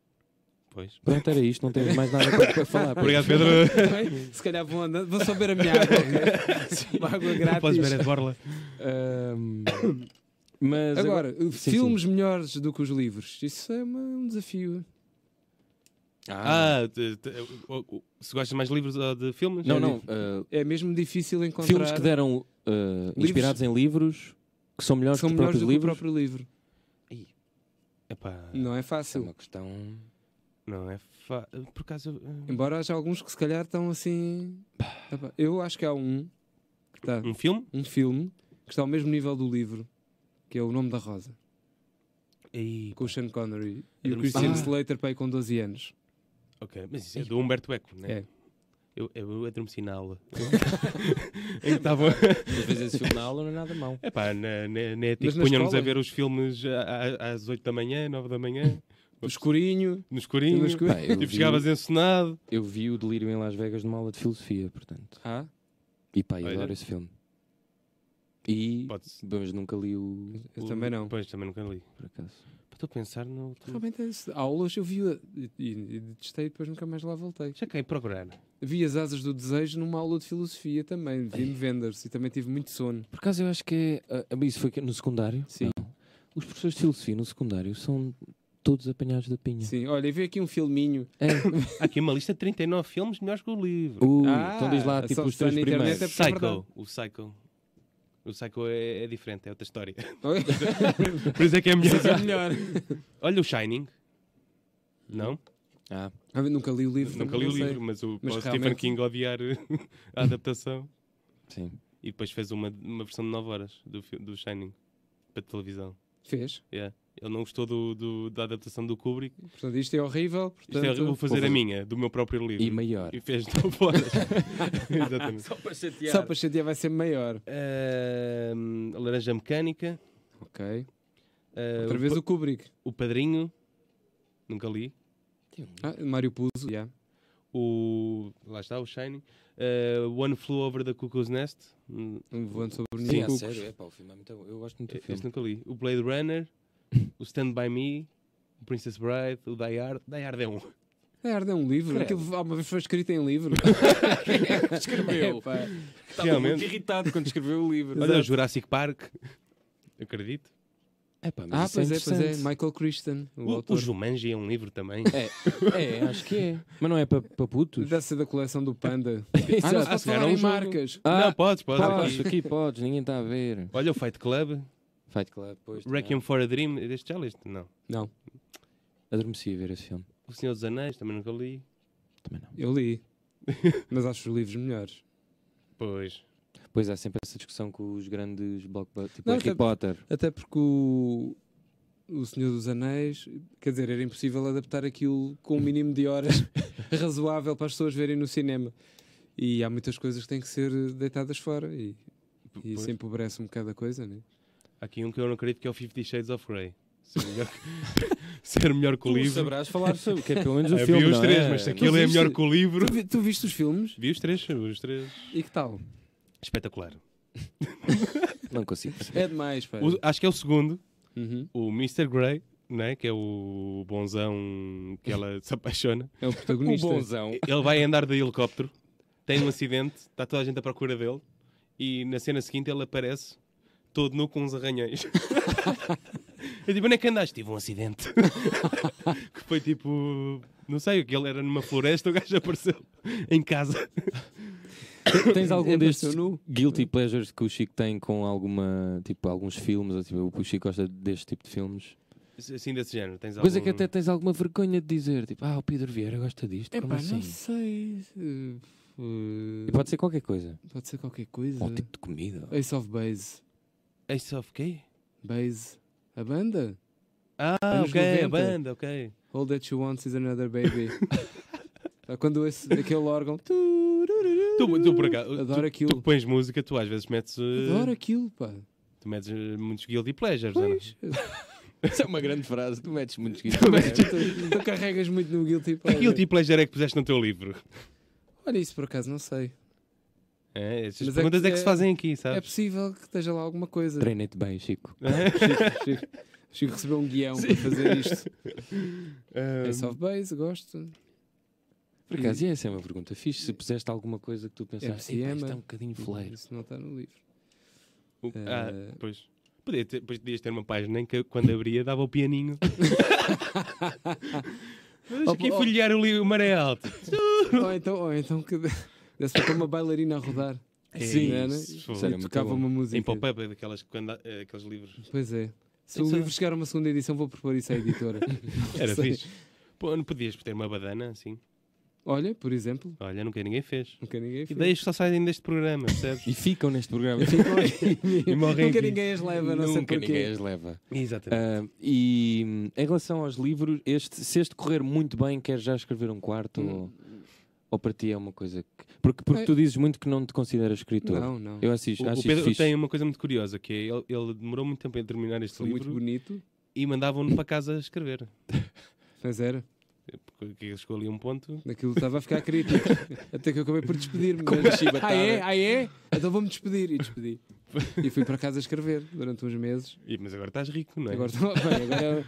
Speaker 2: [laughs]
Speaker 1: pois.
Speaker 2: Pronto, era isto, não temos mais nada para, para falar.
Speaker 1: Obrigado, Pedro.
Speaker 3: [laughs] Bem, Se calhar vou andando. Vou só beber a minha
Speaker 1: [laughs]
Speaker 3: água. ok? Uma água
Speaker 1: Não podes ver
Speaker 3: grátis.
Speaker 1: a borla.
Speaker 2: Ahm, mas agora,
Speaker 3: Agora, eh,
Speaker 2: sim.
Speaker 3: filmes melhores do que os livros. Isso é uma- um desafio.
Speaker 2: Ah,
Speaker 1: Ah, te- te- o- o- se gostas mais de livros ou de filmes?
Speaker 2: não, não. ah,
Speaker 3: É mesmo difícil encontrar.
Speaker 2: filmes que deram ah, inspirados em livros que são melhores
Speaker 3: são
Speaker 2: que os
Speaker 3: melhores
Speaker 2: próprios
Speaker 3: do que o
Speaker 2: livros.
Speaker 3: próprio livro.
Speaker 1: Epá,
Speaker 3: Não
Speaker 2: Isso
Speaker 3: é
Speaker 2: é
Speaker 3: fácil.
Speaker 2: uma questão.
Speaker 1: não é fa... Por acaso.
Speaker 2: é
Speaker 1: eh,
Speaker 3: Embora haja alguns que se calhar estão assim. Epá, Eu acho que há um que está,
Speaker 1: Um filme?
Speaker 3: um filme que está ao mesmo nível do livro, que é O Nome da Rosa,
Speaker 1: E...
Speaker 3: com o Sean Connery e o
Speaker 1: Adormeci.
Speaker 3: Christian
Speaker 2: Ah.
Speaker 3: Slater pai com 12 anos.
Speaker 1: Ok, mas isso é do Humberto Eco, não é?
Speaker 3: É.
Speaker 1: Eu, eu adormeci na
Speaker 3: [laughs]
Speaker 1: aula. Em que estavam.
Speaker 2: Às vezes esse filme na aula não é nada mau.
Speaker 1: Epá, na, na, na ética
Speaker 3: Mas na
Speaker 1: punham-nos a
Speaker 3: escola?
Speaker 1: ver os filmes a- a- às 8 da manhã, 9 da manhã,
Speaker 3: O escurinho.
Speaker 1: no escurinho.
Speaker 3: No escurinho.
Speaker 2: Pá, eu,
Speaker 1: Tipo,
Speaker 2: vi,
Speaker 1: chegavas encenado.
Speaker 2: eu vi o Delírio em Las Vegas numa aula de filosofia, portanto.
Speaker 3: Ah,
Speaker 2: E pá, eu
Speaker 1: Olha.
Speaker 2: adoro esse filme. E.
Speaker 1: Pode-se.
Speaker 2: Mas nunca li o.
Speaker 3: eu
Speaker 1: o-
Speaker 3: também não.
Speaker 1: Pois, também nunca li.
Speaker 2: Por acaso.
Speaker 1: Estou a pensar no. último-
Speaker 3: Realmente, as aulas eu vi a- e, e, e detestei e depois nunca mais lá voltei.
Speaker 1: Já caí procurar.
Speaker 3: Vi As Asas do Desejo numa aula de filosofia também. Vi-me Vendors e também tive muito sono.
Speaker 2: Por acaso eu acho que é. ah, isso foi que- no secundário?
Speaker 3: Sim.
Speaker 2: Não. Os professores de filosofia no secundário são todos apanhados da pinha.
Speaker 3: Sim, olha, e vi aqui um
Speaker 1: [laughs]
Speaker 3: filminho.
Speaker 2: É.
Speaker 1: Há aqui uma lista de 39 filmes melhores que o livro.
Speaker 2: Ui,
Speaker 3: Ah,
Speaker 2: então diz lá tipo
Speaker 3: só-
Speaker 2: os
Speaker 3: só
Speaker 2: três
Speaker 3: na
Speaker 2: primeiros.
Speaker 3: internet é- porque verdade.
Speaker 1: Psycho. O Psycho. O Psycho é, é diferente, é outra história. Por isso é que é
Speaker 3: Isso é
Speaker 1: melhor.
Speaker 3: melhor.
Speaker 1: [laughs] Olha o Shining. Não?
Speaker 2: Ah,
Speaker 3: Ah, eu nunca li o livro.
Speaker 1: Nunca
Speaker 3: também
Speaker 1: li o
Speaker 3: não sei.
Speaker 1: livro, mas o
Speaker 3: Mas
Speaker 1: pode Stephen
Speaker 3: realmente-
Speaker 1: King odiar eh, [laughs] a adaptação.
Speaker 2: sim.
Speaker 1: E depois fez uma, uma versão de 9 horas do, fi- do Shining para televisão.
Speaker 3: Fez.
Speaker 1: Yeah. Ele não gostou do, do- da adaptação do Kubrick.
Speaker 3: Portanto, isto é horrível.
Speaker 1: Isto
Speaker 3: Portanto,
Speaker 1: é, vou fazer
Speaker 2: vou
Speaker 1: a
Speaker 2: fazer-
Speaker 1: minha, do meu próprio livro.
Speaker 2: E maior.
Speaker 1: E fez [laughs] 9
Speaker 3: [laughs]
Speaker 1: horas. Exatamente.
Speaker 3: Só para chatear vai ser maior.
Speaker 1: Ahm, Laranja Mecânica.
Speaker 3: Ok.
Speaker 1: ah,
Speaker 3: Outra
Speaker 1: o,
Speaker 3: vez
Speaker 1: pa-
Speaker 3: o Kubrick.
Speaker 1: o Padrinho. Nunca li.
Speaker 3: Ah, Mário Puzo. Yeah.
Speaker 1: O, lá está, o Shining. ah, One Flew Over the Cuckoo's Nest. Hum, eh,
Speaker 3: Um voando sobre o
Speaker 2: Sim,
Speaker 3: ninho
Speaker 2: a
Speaker 3: cucos.
Speaker 2: sério, é pá, o filme é muito bom. Eu gosto muito do
Speaker 1: Este
Speaker 2: filme.
Speaker 1: nunca li. O Blade
Speaker 2: [laughs]
Speaker 1: Runner, o Stand By Me, o Princess Bride, o Die Hard. Die Hard é um.
Speaker 3: É, Arda é um livro.
Speaker 2: Credo.
Speaker 3: Aquilo alguma vez foi escrito em livro.
Speaker 2: [laughs] Escreveu.
Speaker 3: Epá.
Speaker 2: Estava
Speaker 1: Realmente.
Speaker 2: irritado quando escreveu o livro.
Speaker 1: Olha, o Jurassic Park. Eu acredito.
Speaker 2: É pá,
Speaker 3: ah,
Speaker 2: mas
Speaker 3: pois é,
Speaker 2: isso é,
Speaker 3: pois é.
Speaker 2: interessante.
Speaker 3: Michael Christian, o,
Speaker 1: O, o
Speaker 3: autor.
Speaker 1: Jumanji é um livro também.
Speaker 2: É, acho que é. Mas não é para putos?
Speaker 3: Deve ser da coleção do Panda. ah,
Speaker 2: [laughs]
Speaker 3: não se
Speaker 2: Exato.
Speaker 3: pode
Speaker 1: se calhar
Speaker 3: falar
Speaker 1: é um
Speaker 3: em
Speaker 1: jogo.
Speaker 3: marcas.
Speaker 1: não, é.
Speaker 2: Ah,
Speaker 1: podes, podes.
Speaker 2: podes,
Speaker 1: aqui.
Speaker 2: aqui podes, ninguém está a ver.
Speaker 1: Olha o Fight Club,
Speaker 2: Fight Club, pois.
Speaker 1: Requiem
Speaker 2: também.
Speaker 1: for a Dream. é Deste já leste? Não.
Speaker 3: Não,
Speaker 2: Adormeci a ver esse filme.
Speaker 1: O Senhor dos Anéis, também nunca li.
Speaker 2: Também não.
Speaker 3: [laughs] eu li. Mas acho os livros melhores.
Speaker 1: Pois.
Speaker 2: Pois há sempre essa discussão com os grandes blockbusters, tipo
Speaker 3: Não,
Speaker 2: Harry
Speaker 3: até-
Speaker 2: Potter.
Speaker 3: Até porque o, o Senhor dos Anéis, quer dizer, era impossível adaptar aquilo com um mínimo de [laughs] horas razoável para as pessoas verem no cinema. E há muitas coisas que têm que ser deitadas fora e, e
Speaker 1: Pois.
Speaker 3: isso empobrece um bocado a coisa, né?
Speaker 1: Há aqui um que eu não acredito que é o Fifty Shades of Grey. Ser melhor, [laughs] ser melhor que o livro.
Speaker 2: sabrás falar sobre, que é pelo menos o
Speaker 1: Eu
Speaker 2: filme,
Speaker 1: vi os
Speaker 2: não
Speaker 1: três,
Speaker 2: é?
Speaker 1: mas se aquilo
Speaker 3: Tu
Speaker 1: é
Speaker 3: viste-
Speaker 1: melhor que o livro.
Speaker 3: Tu, vi- tu viste os filmes?
Speaker 1: Vi os três, os três.
Speaker 3: E que tal?
Speaker 1: Espetacular.
Speaker 2: Não [laughs] consigo.
Speaker 3: É demais, pá.
Speaker 1: O- acho que é o segundo,
Speaker 3: Uhum.
Speaker 1: o Mr. Grey, né? que é o bonzão que ela se apaixona.
Speaker 3: É o
Speaker 2: O
Speaker 3: protagonista.
Speaker 2: bonzão.
Speaker 1: Ele vai andar de helicóptero, tem um acidente, está toda a gente à procura dele e na cena seguinte ele aparece todo nu com uns arranhões. [laughs] Eu digo, onde é que andaste? Tive um acidente. [laughs] que foi tipo, não sei, o que ele era numa floresta, o gajo apareceu em casa.
Speaker 2: Tens algum destes
Speaker 3: Apareceu nu?
Speaker 2: guilty pleasures que o Chico tem com alguma, tipo, alguns filmes, ou tipo, o Chico gosta deste tipo de filmes?
Speaker 1: Assim desse género. Tens
Speaker 2: Coisa
Speaker 1: algum-
Speaker 2: que até tens alguma vergonha de dizer, tipo, ah, o Pedro Vieira gosta disto,
Speaker 3: Epá,
Speaker 2: como assim?
Speaker 3: não sei. eh, eh,
Speaker 2: E pode ser qualquer coisa.
Speaker 3: pode ser qualquer coisa.
Speaker 2: Ou tipo de comida.
Speaker 3: Ace of Base.
Speaker 1: Ace of quê?
Speaker 3: Base. A banda?
Speaker 1: Ah,
Speaker 3: Anos
Speaker 1: ok, a
Speaker 3: 90.
Speaker 1: banda, ok.
Speaker 3: All That You Want Is Another
Speaker 2: [laughs]
Speaker 3: Baby. Pá, Quando esse, aquele órgão.
Speaker 1: Tu, tu por acaso,
Speaker 3: Adoro
Speaker 1: tu,
Speaker 3: aquilo.
Speaker 1: tu que pões música, tu às vezes metes, eh,
Speaker 3: Adoro aquilo, pá.
Speaker 1: tu metes eh, muitos guilty pleasures, não é?
Speaker 3: Pois.
Speaker 2: [laughs] Isso é uma grande frase, tu metes [laughs] tipo- muito
Speaker 3: tu, tu carregas muito no Guilty
Speaker 1: Que
Speaker 3: Pleasure.
Speaker 1: guilty pleasure é que puseste no teu livro?
Speaker 3: Olha, isso por acaso não sei.
Speaker 1: É, essas
Speaker 3: Mas é que-
Speaker 1: perguntas é que, se
Speaker 3: é-
Speaker 1: fazem aqui,
Speaker 3: É
Speaker 1: sabes?
Speaker 3: possível que esteja lá alguma coisa.
Speaker 2: Treina-te bem, Chico.
Speaker 3: Chico, Chico, Chico recebeu um guião para fazer isto.
Speaker 2: [laughs]
Speaker 1: Eh,
Speaker 3: Ace of Base, gosto.
Speaker 2: Por acaso, e essa é uma pergunta fixe. Se puseste alguma coisa que tu pensaste,
Speaker 3: MCM.
Speaker 2: "Epá, isto é um bocadinho fleiro.
Speaker 3: Isso não está no livro.
Speaker 1: O- ah,
Speaker 3: eh,
Speaker 1: pois. Podia ter, pois podias ter uma página em que quando abria dava o
Speaker 3: [laughs]
Speaker 1: pianinho. Deixa aqui
Speaker 3: Oh, oh.
Speaker 1: folhear o, li- o maré alto.
Speaker 3: ou então, ou então que [laughs] desse para uma bailarina a rodar.
Speaker 1: Sim,
Speaker 3: Não era?
Speaker 1: isso
Speaker 3: E
Speaker 1: era
Speaker 2: muito
Speaker 3: tocava
Speaker 2: bom.
Speaker 3: uma música.
Speaker 1: Em pop-up, é daquelas, quando, há- eh, aqueles livros.
Speaker 3: Pois é. Se
Speaker 1: Tem
Speaker 3: o
Speaker 1: que ser-
Speaker 3: livro chegar a uma segunda edição, vou propor isso à editora. [laughs]
Speaker 1: Era
Speaker 3: Sim.
Speaker 1: fixe. Pô, não podias ter uma badana assim?
Speaker 3: Olha, por exemplo,
Speaker 1: Olha, nunca ninguém fez.
Speaker 3: nunca ninguém fez.
Speaker 1: Ideias que só saem deste programa,
Speaker 3: [laughs]
Speaker 1: percebes?
Speaker 2: E ficam neste programa. [laughs]
Speaker 1: e morrem
Speaker 3: Nunca
Speaker 1: aqui.
Speaker 3: ninguém as leva, não sei
Speaker 2: Nunca
Speaker 3: porquê.
Speaker 2: ninguém as leva.
Speaker 1: Exatamente.
Speaker 2: Ah, e hum, em relação aos livros, este, se este correr muito bem, queres já escrever um quarto? Ou,
Speaker 3: Hum.
Speaker 2: ou para ti é uma coisa que. Porque, porque
Speaker 3: É.
Speaker 2: tu dizes muito que não te consideras escritor.
Speaker 3: Não, não.
Speaker 2: Eu assisto,
Speaker 1: O-
Speaker 2: acho
Speaker 1: o
Speaker 2: isto
Speaker 1: Pedro
Speaker 2: fixe.
Speaker 3: um
Speaker 1: tem uma coisa muito curiosa, que é ele, ele demorou muito tempo a terminar este
Speaker 3: Sou muito
Speaker 1: livro
Speaker 3: bonito,
Speaker 1: e mandavam-no para casa escrever. É
Speaker 3: mas era.
Speaker 1: Porque ele chegou ali a um ponto
Speaker 3: Naquilo estava a ficar crítico.
Speaker 1: [laughs]
Speaker 3: Até que eu acabei por despedir-me. mas- Ah é? Ah é? Então vou-me despedir. E despedi. E fui para casa escrever durante uns meses.
Speaker 1: E, mas agora estás rico, não é?
Speaker 3: Agora, estou- bem, agora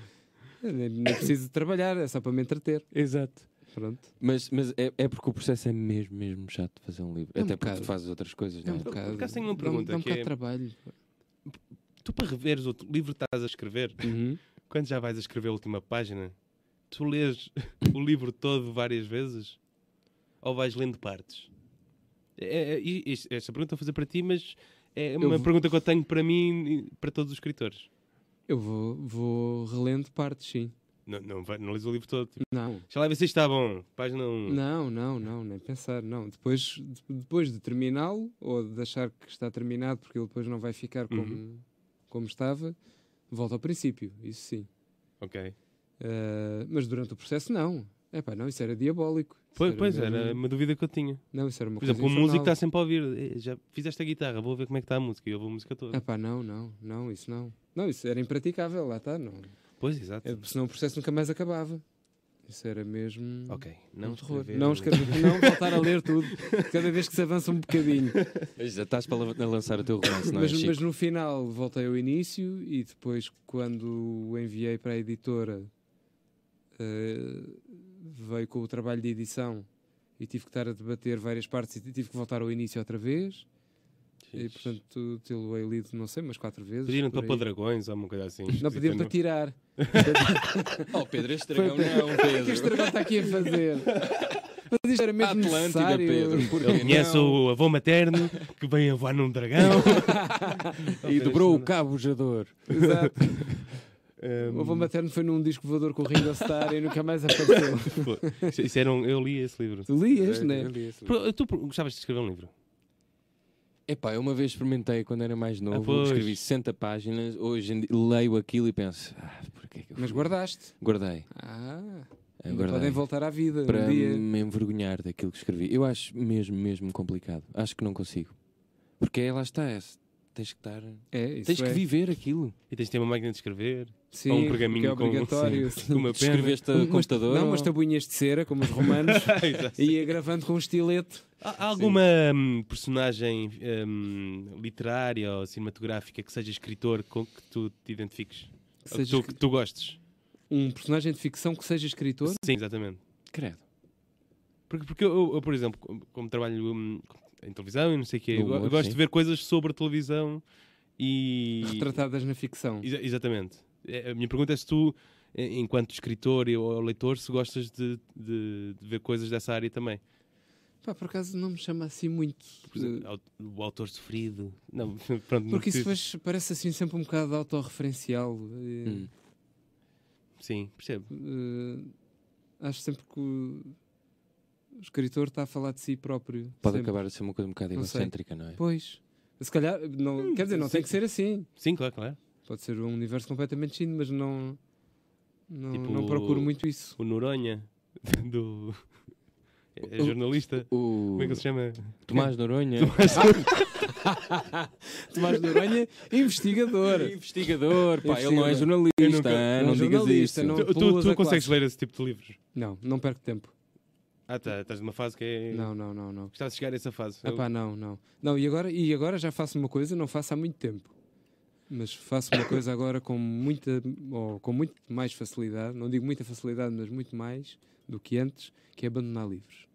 Speaker 3: eu nem- nem preciso de trabalhar, é só para me entreter.
Speaker 1: Exato.
Speaker 3: Pronto.
Speaker 2: Mas, mas é, é porque o processo é mesmo, mesmo chato de fazer um livro.
Speaker 3: É um
Speaker 2: Até porque
Speaker 3: bocado. um
Speaker 2: tu fazes outras coisas, não é?
Speaker 1: um bocado. Por acaso tenho uma pergunta
Speaker 3: Dá um
Speaker 1: que
Speaker 3: bocado
Speaker 1: é-
Speaker 3: de trabalho.
Speaker 1: Tu para reveres o t- livro que estás a escrever,
Speaker 3: Uhum.
Speaker 1: quando já vais a escrever a última página, tu lês [laughs] o livro todo várias vezes? Ou vais lendo partes? É- é- e- isto- esta pergunta eu vou fazer para ti, mas é uma
Speaker 3: vou-
Speaker 1: pergunta que eu tenho para mim e para todos os escritores.
Speaker 3: Eu vou, vou relendo partes, sim.
Speaker 1: Não, não, vai- não lês o livro todo. Tipo,
Speaker 3: Não.
Speaker 1: Deixa lá ver se isto está bom. Página 1.
Speaker 3: Não, não, não, nem pensar, não. Depois de, depois de terminá-lo, ou de achar que está terminado, porque ele depois não vai ficar como,
Speaker 1: Uhum.
Speaker 3: como estava, volta ao princípio, isso sim.
Speaker 1: Ok.
Speaker 3: Ah, mas durante o processo, não. É pá, não, isso era diabólico. Isso
Speaker 1: Pois, pois,
Speaker 3: mesmo-
Speaker 1: era uma dúvida que eu tinha.
Speaker 3: Não, isso era uma
Speaker 1: Por
Speaker 3: coisa
Speaker 1: exemplo, o músico
Speaker 3: infernal.
Speaker 1: está sempre a ouvir. "Eh, Já fiz esta guitarra, vou ver como é que está a música. E eu vou a música toda.
Speaker 3: É pá, não, não, não, isso não. Não, isso era impraticável, lá está, não.
Speaker 1: Pois, exato.
Speaker 3: É, senão o processo nunca mais acabava. Isso era mesmo.
Speaker 1: Ok,
Speaker 3: Não,
Speaker 1: não
Speaker 3: um terror.
Speaker 1: escrever.
Speaker 3: não
Speaker 1: [laughs]
Speaker 3: escrever, não voltar a ler tudo cada vez que se avança um bocadinho.
Speaker 2: Mas Já estás para la- a lançar o teu romance, não é?
Speaker 3: mas,
Speaker 2: Chico?
Speaker 3: mas no final voltei ao início e depois quando o enviei para a editora eh, veio com o trabalho de edição e tive que estar a debater várias partes e tive que voltar ao início outra vez e portanto tê-lo aí lido não sei, mas quatro vezes
Speaker 1: Pediram
Speaker 3: por
Speaker 1: para pôr
Speaker 3: aí.
Speaker 1: dragões ou uma coisa assim.
Speaker 3: não, pediram
Speaker 1: [laughs]
Speaker 3: para
Speaker 1: esquisita,
Speaker 3: tirar
Speaker 2: Oh, Pedro, este
Speaker 3: Foi
Speaker 2: dragão não, um
Speaker 3: o que este
Speaker 2: Pedro.
Speaker 3: dragão está aqui a
Speaker 2: [laughs]
Speaker 3: fazer? mas isto era mesmo
Speaker 2: Atlântida,
Speaker 3: necessário
Speaker 2: Pedro. Por
Speaker 1: não?
Speaker 2: que
Speaker 1: Conhece
Speaker 2: não?
Speaker 1: o avô materno que vem a voar num dragão.
Speaker 2: E dobrou o cabo bujador.
Speaker 3: Exato.
Speaker 1: Ahm,
Speaker 3: o avô materno foi num disco voador com o Ringo Starr e nunca mais apareceu
Speaker 1: pô, isso- isso era um- eu li esse livro.
Speaker 3: tu lias, não é?
Speaker 1: Pro- Tu pro- gostavas de escrever um livro?
Speaker 2: Epá, eu uma vez experimentei quando era mais
Speaker 3: Ah,
Speaker 2: novo,
Speaker 1: pois.
Speaker 2: escrevi 60 páginas, hoje em dia leio aquilo e penso, ah, porquê que eu
Speaker 3: Mas
Speaker 2: fiz?"
Speaker 3: guardaste.
Speaker 2: Guardei.
Speaker 3: Ah,
Speaker 2: eu
Speaker 3: ainda
Speaker 2: guardei.
Speaker 3: podem voltar à vida
Speaker 2: para
Speaker 3: um dia.
Speaker 2: me envergonhar daquilo que escrevi. Eu acho mesmo, mesmo complicado. Acho que não consigo. Porque é, lá está, é, tens que estar.
Speaker 3: É, isso
Speaker 2: tens
Speaker 3: é.
Speaker 2: que viver aquilo.
Speaker 1: E tens de ter uma máquina de escrever,
Speaker 3: Sim,
Speaker 1: ou um
Speaker 3: que
Speaker 1: pergaminho
Speaker 3: é
Speaker 1: com-
Speaker 3: obrigatório.
Speaker 1: com uma pena. [laughs]
Speaker 2: Escreveste a
Speaker 3: Umas-
Speaker 2: computador.
Speaker 3: Não,
Speaker 2: ou-
Speaker 3: umas tabuinhas de cera, como os romanos,
Speaker 1: Ah, Exato.
Speaker 3: e ia gravando com um estilete.
Speaker 1: Há há alguma hum, personagem hum, literária ou cinematográfica que seja escritor com que tu te identifiques?
Speaker 3: Que
Speaker 1: Ou que
Speaker 3: seja
Speaker 1: tu, que tu gostes?
Speaker 3: Um personagem de ficção que seja escritor.
Speaker 1: Sim, exatamente.
Speaker 2: Credo.
Speaker 1: Porque, porque eu, eu, por exemplo, como, como trabalho hum, em televisão e não sei o quê, eu,
Speaker 2: No
Speaker 1: go- eu
Speaker 2: humor,
Speaker 1: gosto
Speaker 2: sim.
Speaker 1: de ver coisas sobre a televisão e...
Speaker 3: Retratadas na ficção.
Speaker 1: Exa- exatamente. É, A minha pergunta é se tu, en- enquanto escritor e- ou leitor, se gostas de, de- de ver coisas dessa área também.
Speaker 3: Pá, por acaso não me chama assim muito.
Speaker 1: Por exemplo, aut- o autor sofrido. Não, [laughs] pronto, não
Speaker 3: Porque
Speaker 1: preciso.
Speaker 3: isso depois parece assim sempre um bocado autorreferencial. eh,
Speaker 2: Hum.
Speaker 1: Sim, percebo.
Speaker 3: eh, acho sempre que o o escritor está a falar de si próprio.
Speaker 2: Pode
Speaker 3: sempre.
Speaker 2: acabar a ser uma coisa um bocado
Speaker 3: Não sei.
Speaker 2: egocêntrica, não é?
Speaker 3: Pois. Se calhar, não, quer dizer, não
Speaker 1: sim,
Speaker 3: tem que
Speaker 1: sim.
Speaker 3: ser assim.
Speaker 1: Sim, claro, claro.
Speaker 3: Pode ser um universo completamente chino, mas não. Não,
Speaker 1: Tipo-
Speaker 3: não procuro muito isso.
Speaker 1: O Noronha, [laughs] do... É
Speaker 2: O-
Speaker 1: jornalista.
Speaker 2: O
Speaker 1: Como é que ele se chama?
Speaker 2: Tomás Noronha,
Speaker 3: Tomás [laughs] Noronha, investigador.
Speaker 2: investigador, pá, ele não é
Speaker 3: Investigador.
Speaker 2: jornalista,
Speaker 1: Eu nunca-
Speaker 2: ah,
Speaker 3: não
Speaker 2: não,
Speaker 3: é
Speaker 2: digas
Speaker 3: jornalista,
Speaker 2: isso.
Speaker 3: não-
Speaker 1: Tu, tu-
Speaker 3: pula
Speaker 1: tu
Speaker 3: da
Speaker 1: consegues
Speaker 3: classe.
Speaker 1: ler esse tipo de livros?
Speaker 3: Não, não perco tempo.
Speaker 1: Ah, tá, estás numa fase que é...
Speaker 3: Não, não, não, não.
Speaker 1: Estás a chegar a essa fase.
Speaker 3: Ah pá, não, não. Não, e agora, e agora já faço uma coisa, não faço há muito tempo. Mas faço uma coisa agora com muita, ou com muito mais facilidade, não digo muita facilidade, mas muito mais do que antes, que é abandonar livros.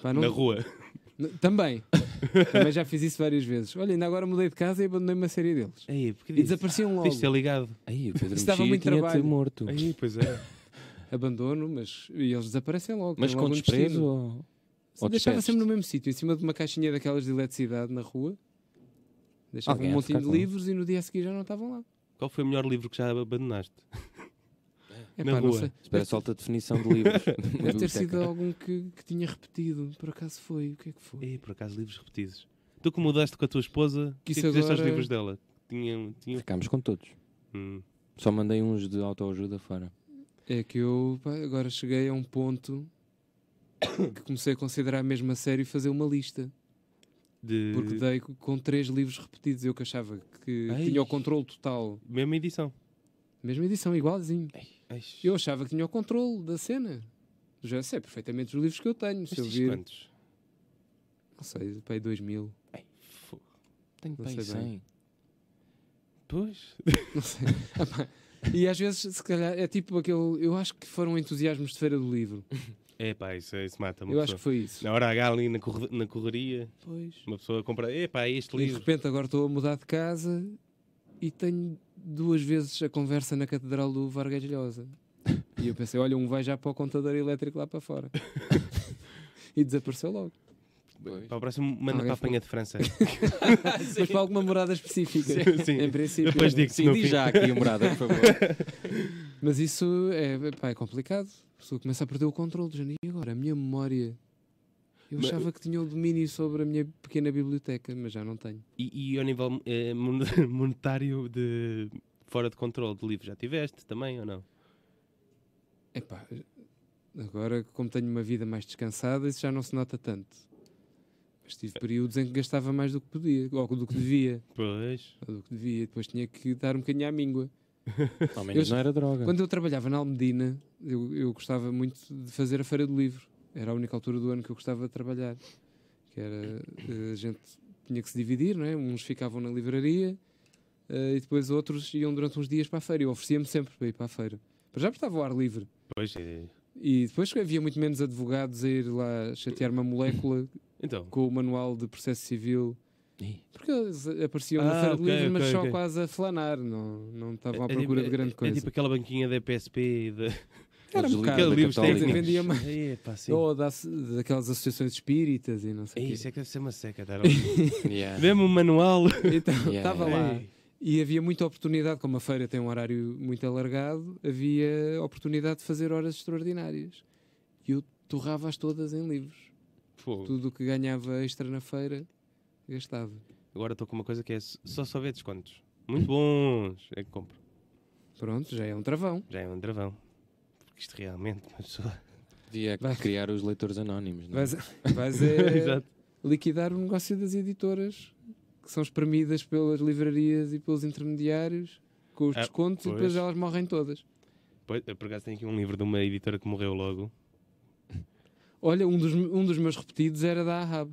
Speaker 3: Pá, não-
Speaker 1: Na rua.
Speaker 3: n- também. também já fiz isso várias vezes. Olha, ainda agora mudei de casa e abandonei uma série deles.
Speaker 1: Aí, porque
Speaker 3: E desapareciam logo.
Speaker 1: Isto é ligado.
Speaker 2: Aí, o Pedro
Speaker 3: Isso dava
Speaker 2: Mexia
Speaker 3: muito
Speaker 2: tinha de
Speaker 3: trabalho.
Speaker 2: ter morto.
Speaker 1: Aí, pois é.
Speaker 3: Abandono, mas e eles desaparecem logo.
Speaker 2: Mas
Speaker 3: têm
Speaker 2: com
Speaker 3: logo um
Speaker 2: desprezo
Speaker 3: destino.
Speaker 2: ou... ou
Speaker 3: Deixava
Speaker 2: despeste?
Speaker 3: sempre no mesmo sítio, em cima de uma caixinha daquelas de eletricidade na rua. Deixava
Speaker 2: Alguém
Speaker 3: um
Speaker 2: há de ficar
Speaker 3: montinho de
Speaker 2: com.
Speaker 3: livros e no dia a seguir já não estavam lá.
Speaker 1: Qual foi o melhor livro que já abandonaste?
Speaker 3: É
Speaker 1: Na
Speaker 3: pá, não
Speaker 1: rua.
Speaker 3: sei.
Speaker 2: Espera,
Speaker 3: Deve,
Speaker 2: solta a definição de livros.
Speaker 3: [laughs] deve ter sido algum que, que tinha repetido. Por acaso foi? O que é que foi?
Speaker 1: Ei, por acaso, livros repetidos. Tu que mudaste com a tua esposa, o que é que
Speaker 3: Que isso
Speaker 1: fizeste aos
Speaker 3: agora-
Speaker 1: livros dela? Tinha, tinha...
Speaker 2: Ficámos com todos.
Speaker 1: Hum.
Speaker 2: Só mandei uns de autoajuda fora.
Speaker 3: É que eu pá, agora cheguei a um ponto que comecei a considerar mesmo a sério fazer uma lista.
Speaker 1: De...
Speaker 3: Porque dei co- com três livros repetidos. Eu que achava que
Speaker 1: Ai.
Speaker 3: tinha o controle total.
Speaker 1: Mesma edição.
Speaker 3: Mesma edição, igualzinho.
Speaker 1: Ai,
Speaker 3: Eu achava que tinha o controle da cena. Já sei é perfeitamente os livros que eu tenho.
Speaker 1: mas
Speaker 3: Se eu
Speaker 1: tens
Speaker 3: vir,
Speaker 1: quantos?
Speaker 3: não sei, pá, aí 2000.
Speaker 1: Fo-
Speaker 2: Tenho
Speaker 3: Não
Speaker 2: pai
Speaker 3: sei bem.
Speaker 2: 100.
Speaker 1: Pois.
Speaker 3: Não sei. [laughs] Ah, pá. E às vezes, se calhar, é tipo aquele. Eu acho que foram entusiasmos de feira do livro.
Speaker 1: É pá, isso, isso mata uma
Speaker 3: Eu acho
Speaker 1: pessoa.
Speaker 3: que foi isso.
Speaker 1: Na hora H ali na, corre- na correria,
Speaker 3: Pois.
Speaker 1: uma pessoa compra, é pá, este
Speaker 3: E de
Speaker 1: livro.
Speaker 3: repente agora estou a mudar de casa e tenho duas vezes a conversa na Catedral do Vargas Llosa. E eu pensei, olha, um vai já para o contador elétrico lá para
Speaker 1: [laughs]
Speaker 3: fora. e desapareceu logo.
Speaker 1: Para o próximo, manda
Speaker 3: Alguém
Speaker 1: para a
Speaker 3: falou.
Speaker 1: apanha de França.
Speaker 3: Mas para alguma morada específica. Em
Speaker 1: Ah, Sim.
Speaker 3: princípio.
Speaker 1: Depois digo
Speaker 2: Sim, diz já aqui a morada, por favor.
Speaker 3: Mas isso é, pá, é complicado. A pessoa começa a perder o controle. Jana, E agora? A minha memória. Eu
Speaker 1: Mas-
Speaker 3: achava que tinha o domínio sobre a minha pequena biblioteca, mas já não tenho.
Speaker 1: E, e ao nível eh, mon- [laughs] monetário de fora de controle de livro, já tiveste também ou não?
Speaker 3: Epá, agora como tenho uma vida mais descansada, isso já não se nota tanto. Mas tive períodos em que gastava mais do que podia, ou do que devia,
Speaker 1: Pois.
Speaker 3: ou do que devia, depois tinha que dar um bocadinho à míngua.
Speaker 2: [laughs] Ao menos
Speaker 3: Eu-
Speaker 2: não era droga.
Speaker 3: Quando eu trabalhava na Almedina, eu, eu gostava muito de fazer a Feira do Livro. Era a única altura do ano que eu gostava de trabalhar. Que era, eh, a gente tinha que se dividir, não é? Uns ficavam na livraria eh, e depois outros iam durante uns dias para a feira. Eu oferecia-me sempre para ir para a feira. Para já estava ao ar livre.
Speaker 1: Pois é.
Speaker 3: E depois havia muito menos advogados a ir lá chatear uma molécula
Speaker 1: Então.
Speaker 3: com o manual de processo civil.
Speaker 2: Ih,
Speaker 3: Porque eles apareciam
Speaker 1: Ah,
Speaker 3: na Feira do
Speaker 1: ok,
Speaker 3: Livro, mas
Speaker 1: ok,
Speaker 3: só
Speaker 1: ok.
Speaker 3: quase a flanar, não, não estavam à
Speaker 1: É- é
Speaker 3: procura
Speaker 1: tipo-
Speaker 3: de grande
Speaker 1: é- É
Speaker 3: coisa.
Speaker 1: tipo aquela banquinha da PSP e da.
Speaker 3: Era um
Speaker 2: os
Speaker 3: bocado
Speaker 2: da
Speaker 1: livros
Speaker 2: Católica.
Speaker 1: técnicos.
Speaker 3: vendia mais.
Speaker 1: Epá, sim.
Speaker 3: Ou das- daquelas associações espíritas e não
Speaker 1: É
Speaker 3: sei o quê.
Speaker 1: isso, é que deve ser uma seca. dar-
Speaker 2: Yeah.
Speaker 1: Dê-me um manual.
Speaker 3: Então, estava
Speaker 2: Yeah,
Speaker 3: lá.
Speaker 1: Ei.
Speaker 3: E havia muita oportunidade, como a feira tem um horário muito alargado, havia oportunidade de fazer horas extraordinárias. E eu torrava-as todas em livros.
Speaker 1: Fogo.
Speaker 3: Tudo o que ganhava extra na feira, gastado.
Speaker 1: Agora estou com uma coisa que é só só ver descontos. Muito bons. É que compro.
Speaker 3: Pronto, já é um travão.
Speaker 1: Já é um travão. Porque isto realmente uma pessoa.
Speaker 2: Devia
Speaker 3: Vai-
Speaker 2: criar os leitores anónimos, não é?
Speaker 3: Vais,
Speaker 1: [laughs]
Speaker 3: vais é
Speaker 1: Exato.
Speaker 3: liquidar o negócio das editoras que são espremidas pelas livrarias e pelos intermediários com os
Speaker 1: Ah,
Speaker 3: descontos e
Speaker 1: pois.
Speaker 3: depois elas morrem todas.
Speaker 1: Pois, eu, por acaso tenho aqui um livro de uma editora que morreu logo.
Speaker 3: Olha, um dos, um dos meus repetidos era da Ahab.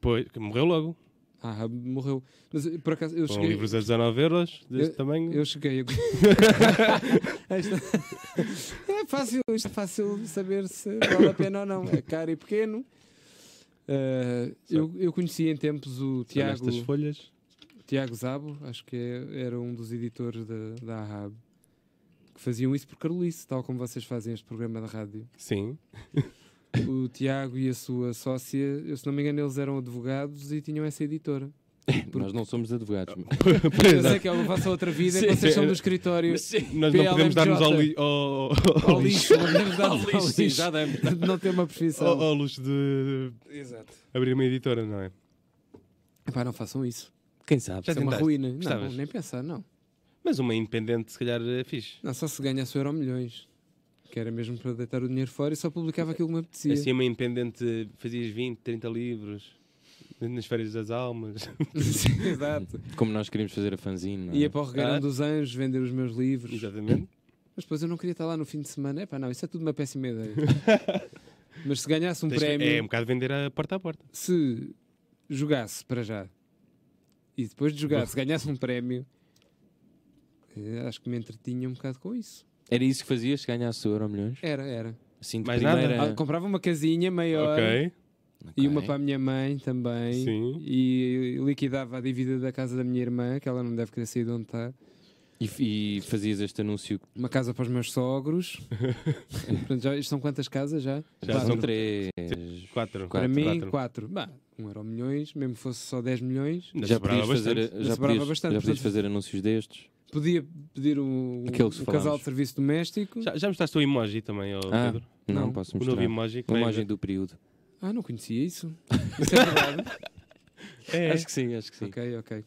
Speaker 1: Pois, que morreu logo.
Speaker 3: A Ahab Ah, morreu. Mas eh, por acaso eu
Speaker 1: São
Speaker 3: cheguei.
Speaker 1: livros a 19 euros, deste
Speaker 3: Eu-
Speaker 1: tamanho.
Speaker 3: Eu cheguei. [laughs] a- Esta- É fácil, isto é fácil de saber se vale a pena ou não. É caro e pequeno. Ah, eu, eu conheci em tempos o
Speaker 1: São nestas
Speaker 3: Tiago.
Speaker 1: folhas.
Speaker 3: Tiago Zabo, acho que é- era um dos editores da, da Ahab, que faziam isso por Carolice, tal como vocês fazem este programa de rádio. [laughs]
Speaker 1: Sim. [laughs]
Speaker 3: O Tiago e a sua sócia, eu, se não me engano, eles eram advogados e tinham essa editora.
Speaker 2: Nós não somos advogados.
Speaker 3: Eu sei que é a vossa outra vida,
Speaker 1: Sim, é.
Speaker 3: que vocês
Speaker 1: sim.
Speaker 3: são do escritório.
Speaker 1: Nós não podemos dar-nos ao, li- ao, ao-
Speaker 3: Ao lixo, não podemos dar-nos ao
Speaker 2: Sim,
Speaker 3: lixo.
Speaker 2: já damos.
Speaker 3: de não ter uma profissão.
Speaker 1: ao- ao luxo de
Speaker 3: Exato.
Speaker 1: abrir uma editora, não é?
Speaker 3: Epá, não façam isso.
Speaker 2: Quem sabe?
Speaker 1: oh. Já
Speaker 3: Isso é uma
Speaker 1: tentaste?
Speaker 3: ruína. Não,
Speaker 1: Gostavas?
Speaker 3: nem pensar, não.
Speaker 1: Mas uma independente, se calhar, é fixe.
Speaker 3: Não, só se ganhasse o euro milhões. Que era mesmo para deitar o dinheiro fora e só publicava aquilo que me apetecia. [laughs]
Speaker 1: Assim, uma independente, fazias 20, 30 livros nas férias das almas. [laughs]
Speaker 3: Sim, Exato.
Speaker 2: Como nós queríamos fazer a fanzine, não é?
Speaker 3: Ia para o Regarão
Speaker 1: assim. Ah.
Speaker 3: dos Anjos vender os meus livros.
Speaker 1: Exatamente.
Speaker 3: Mas depois eu não queria estar lá no fim de semana. Epá, não, isso é tudo uma péssima ideia.
Speaker 1: [laughs]
Speaker 3: Mas se ganhasse um
Speaker 1: Tens-
Speaker 3: prémio,
Speaker 1: É um bocado vender a porta a porta.
Speaker 3: se jogasse para já e depois de jogar,
Speaker 1: [laughs]
Speaker 3: se ganhasse um prémio, eh, acho que me entretinha um bocado com isso.
Speaker 2: Era isso que fazias se ganhasse o Euro Milhões?
Speaker 3: Era, era.
Speaker 2: Assim, de
Speaker 1: Mais
Speaker 2: primeira...
Speaker 3: Ah, comprava uma casinha maior
Speaker 1: Ok.
Speaker 3: e uma
Speaker 2: Ok.
Speaker 3: para a minha mãe também.
Speaker 1: Sim.
Speaker 3: E liquidava a dívida da casa da minha irmã, que ela não deve querer sair de onde está.
Speaker 2: E, e fazias este anúncio.
Speaker 3: Uma casa para os
Speaker 2: [laughs]
Speaker 3: meus sogros. Portanto, já, isto são quantas casas já?
Speaker 1: Já
Speaker 3: Quatro.
Speaker 2: São três.
Speaker 1: Quatro.
Speaker 2: quatro,
Speaker 3: Para mim, quatro. Bah, um euro milhões, mesmo que fosse só 10 milhões,
Speaker 1: Ainda
Speaker 2: Já
Speaker 1: sobrava
Speaker 2: podias, fazer,
Speaker 1: bastante.
Speaker 2: já,
Speaker 3: Sobrava
Speaker 2: podias,
Speaker 3: bastante,
Speaker 2: já podias
Speaker 3: portanto-
Speaker 2: fazer anúncios destes.
Speaker 3: podia pedir um,
Speaker 2: Aquele que
Speaker 3: um
Speaker 2: falámos.
Speaker 3: casal de serviço doméstico.
Speaker 1: Já, já mostraste o emoji também, ó,
Speaker 2: Ah,
Speaker 1: Pedro?
Speaker 2: não,
Speaker 3: Não.
Speaker 2: posso
Speaker 1: O novo
Speaker 2: mostrar.
Speaker 1: emoji. que
Speaker 2: Uma
Speaker 1: vai-
Speaker 2: imagem do período.
Speaker 3: Ah, não conhecia isso.
Speaker 2: [laughs]
Speaker 3: Isso é verdade.
Speaker 1: É.
Speaker 2: Acho que sim, acho que sim.
Speaker 3: ok, ok.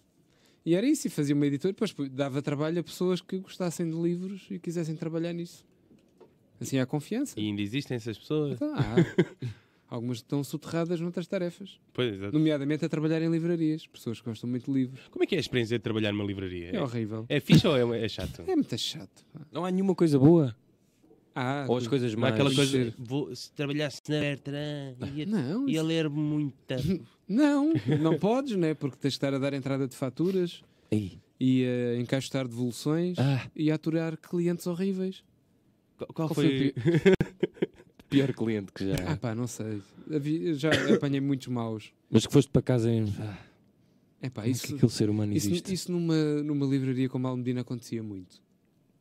Speaker 3: E era isso, e fazia uma editora, depois pu- dava trabalho a pessoas que gostassem de livros e quisessem trabalhar nisso. Assim há confiança.
Speaker 1: E ainda existem essas pessoas.
Speaker 3: Então, há.
Speaker 2: [laughs]
Speaker 3: Algumas estão soterradas noutras tarefas,
Speaker 1: Pois, exato.
Speaker 3: nomeadamente a trabalhar em livrarias, pessoas que gostam muito de livros.
Speaker 1: Como é que é a experiência de trabalhar numa livraria?
Speaker 3: É, horrível.
Speaker 1: É, fixe ou é, é chato?
Speaker 3: É muito chato. pá.
Speaker 2: Não há nenhuma coisa boa.
Speaker 3: Ah,
Speaker 2: Ou as coisas
Speaker 1: Não há
Speaker 2: mais.
Speaker 1: aquela coisa.
Speaker 3: conhecer.
Speaker 1: Vou, se trabalhasse na Bertrand, ia,
Speaker 3: Não,
Speaker 1: ia
Speaker 3: isso-
Speaker 1: ler [laughs] muita.
Speaker 2: [laughs]
Speaker 3: Não, não podes, né? Porque tens de estar a dar entrada de faturas
Speaker 2: Ei,
Speaker 3: e a encaixotar devoluções
Speaker 2: Ah.
Speaker 3: e a aturar clientes horríveis.
Speaker 1: Qual, qual
Speaker 3: Qual
Speaker 1: foi?
Speaker 3: foi
Speaker 2: [laughs] pior cliente que já.
Speaker 3: Ah, pá, não sei. Havia- já apanhei muitos maus.
Speaker 2: Mas que foste para casa em. Ah,
Speaker 3: É pá,
Speaker 2: como é que
Speaker 3: isso,
Speaker 2: aquele ser humano
Speaker 3: isso,
Speaker 2: existe.
Speaker 3: isso numa, numa livraria como a Almedina acontecia muito.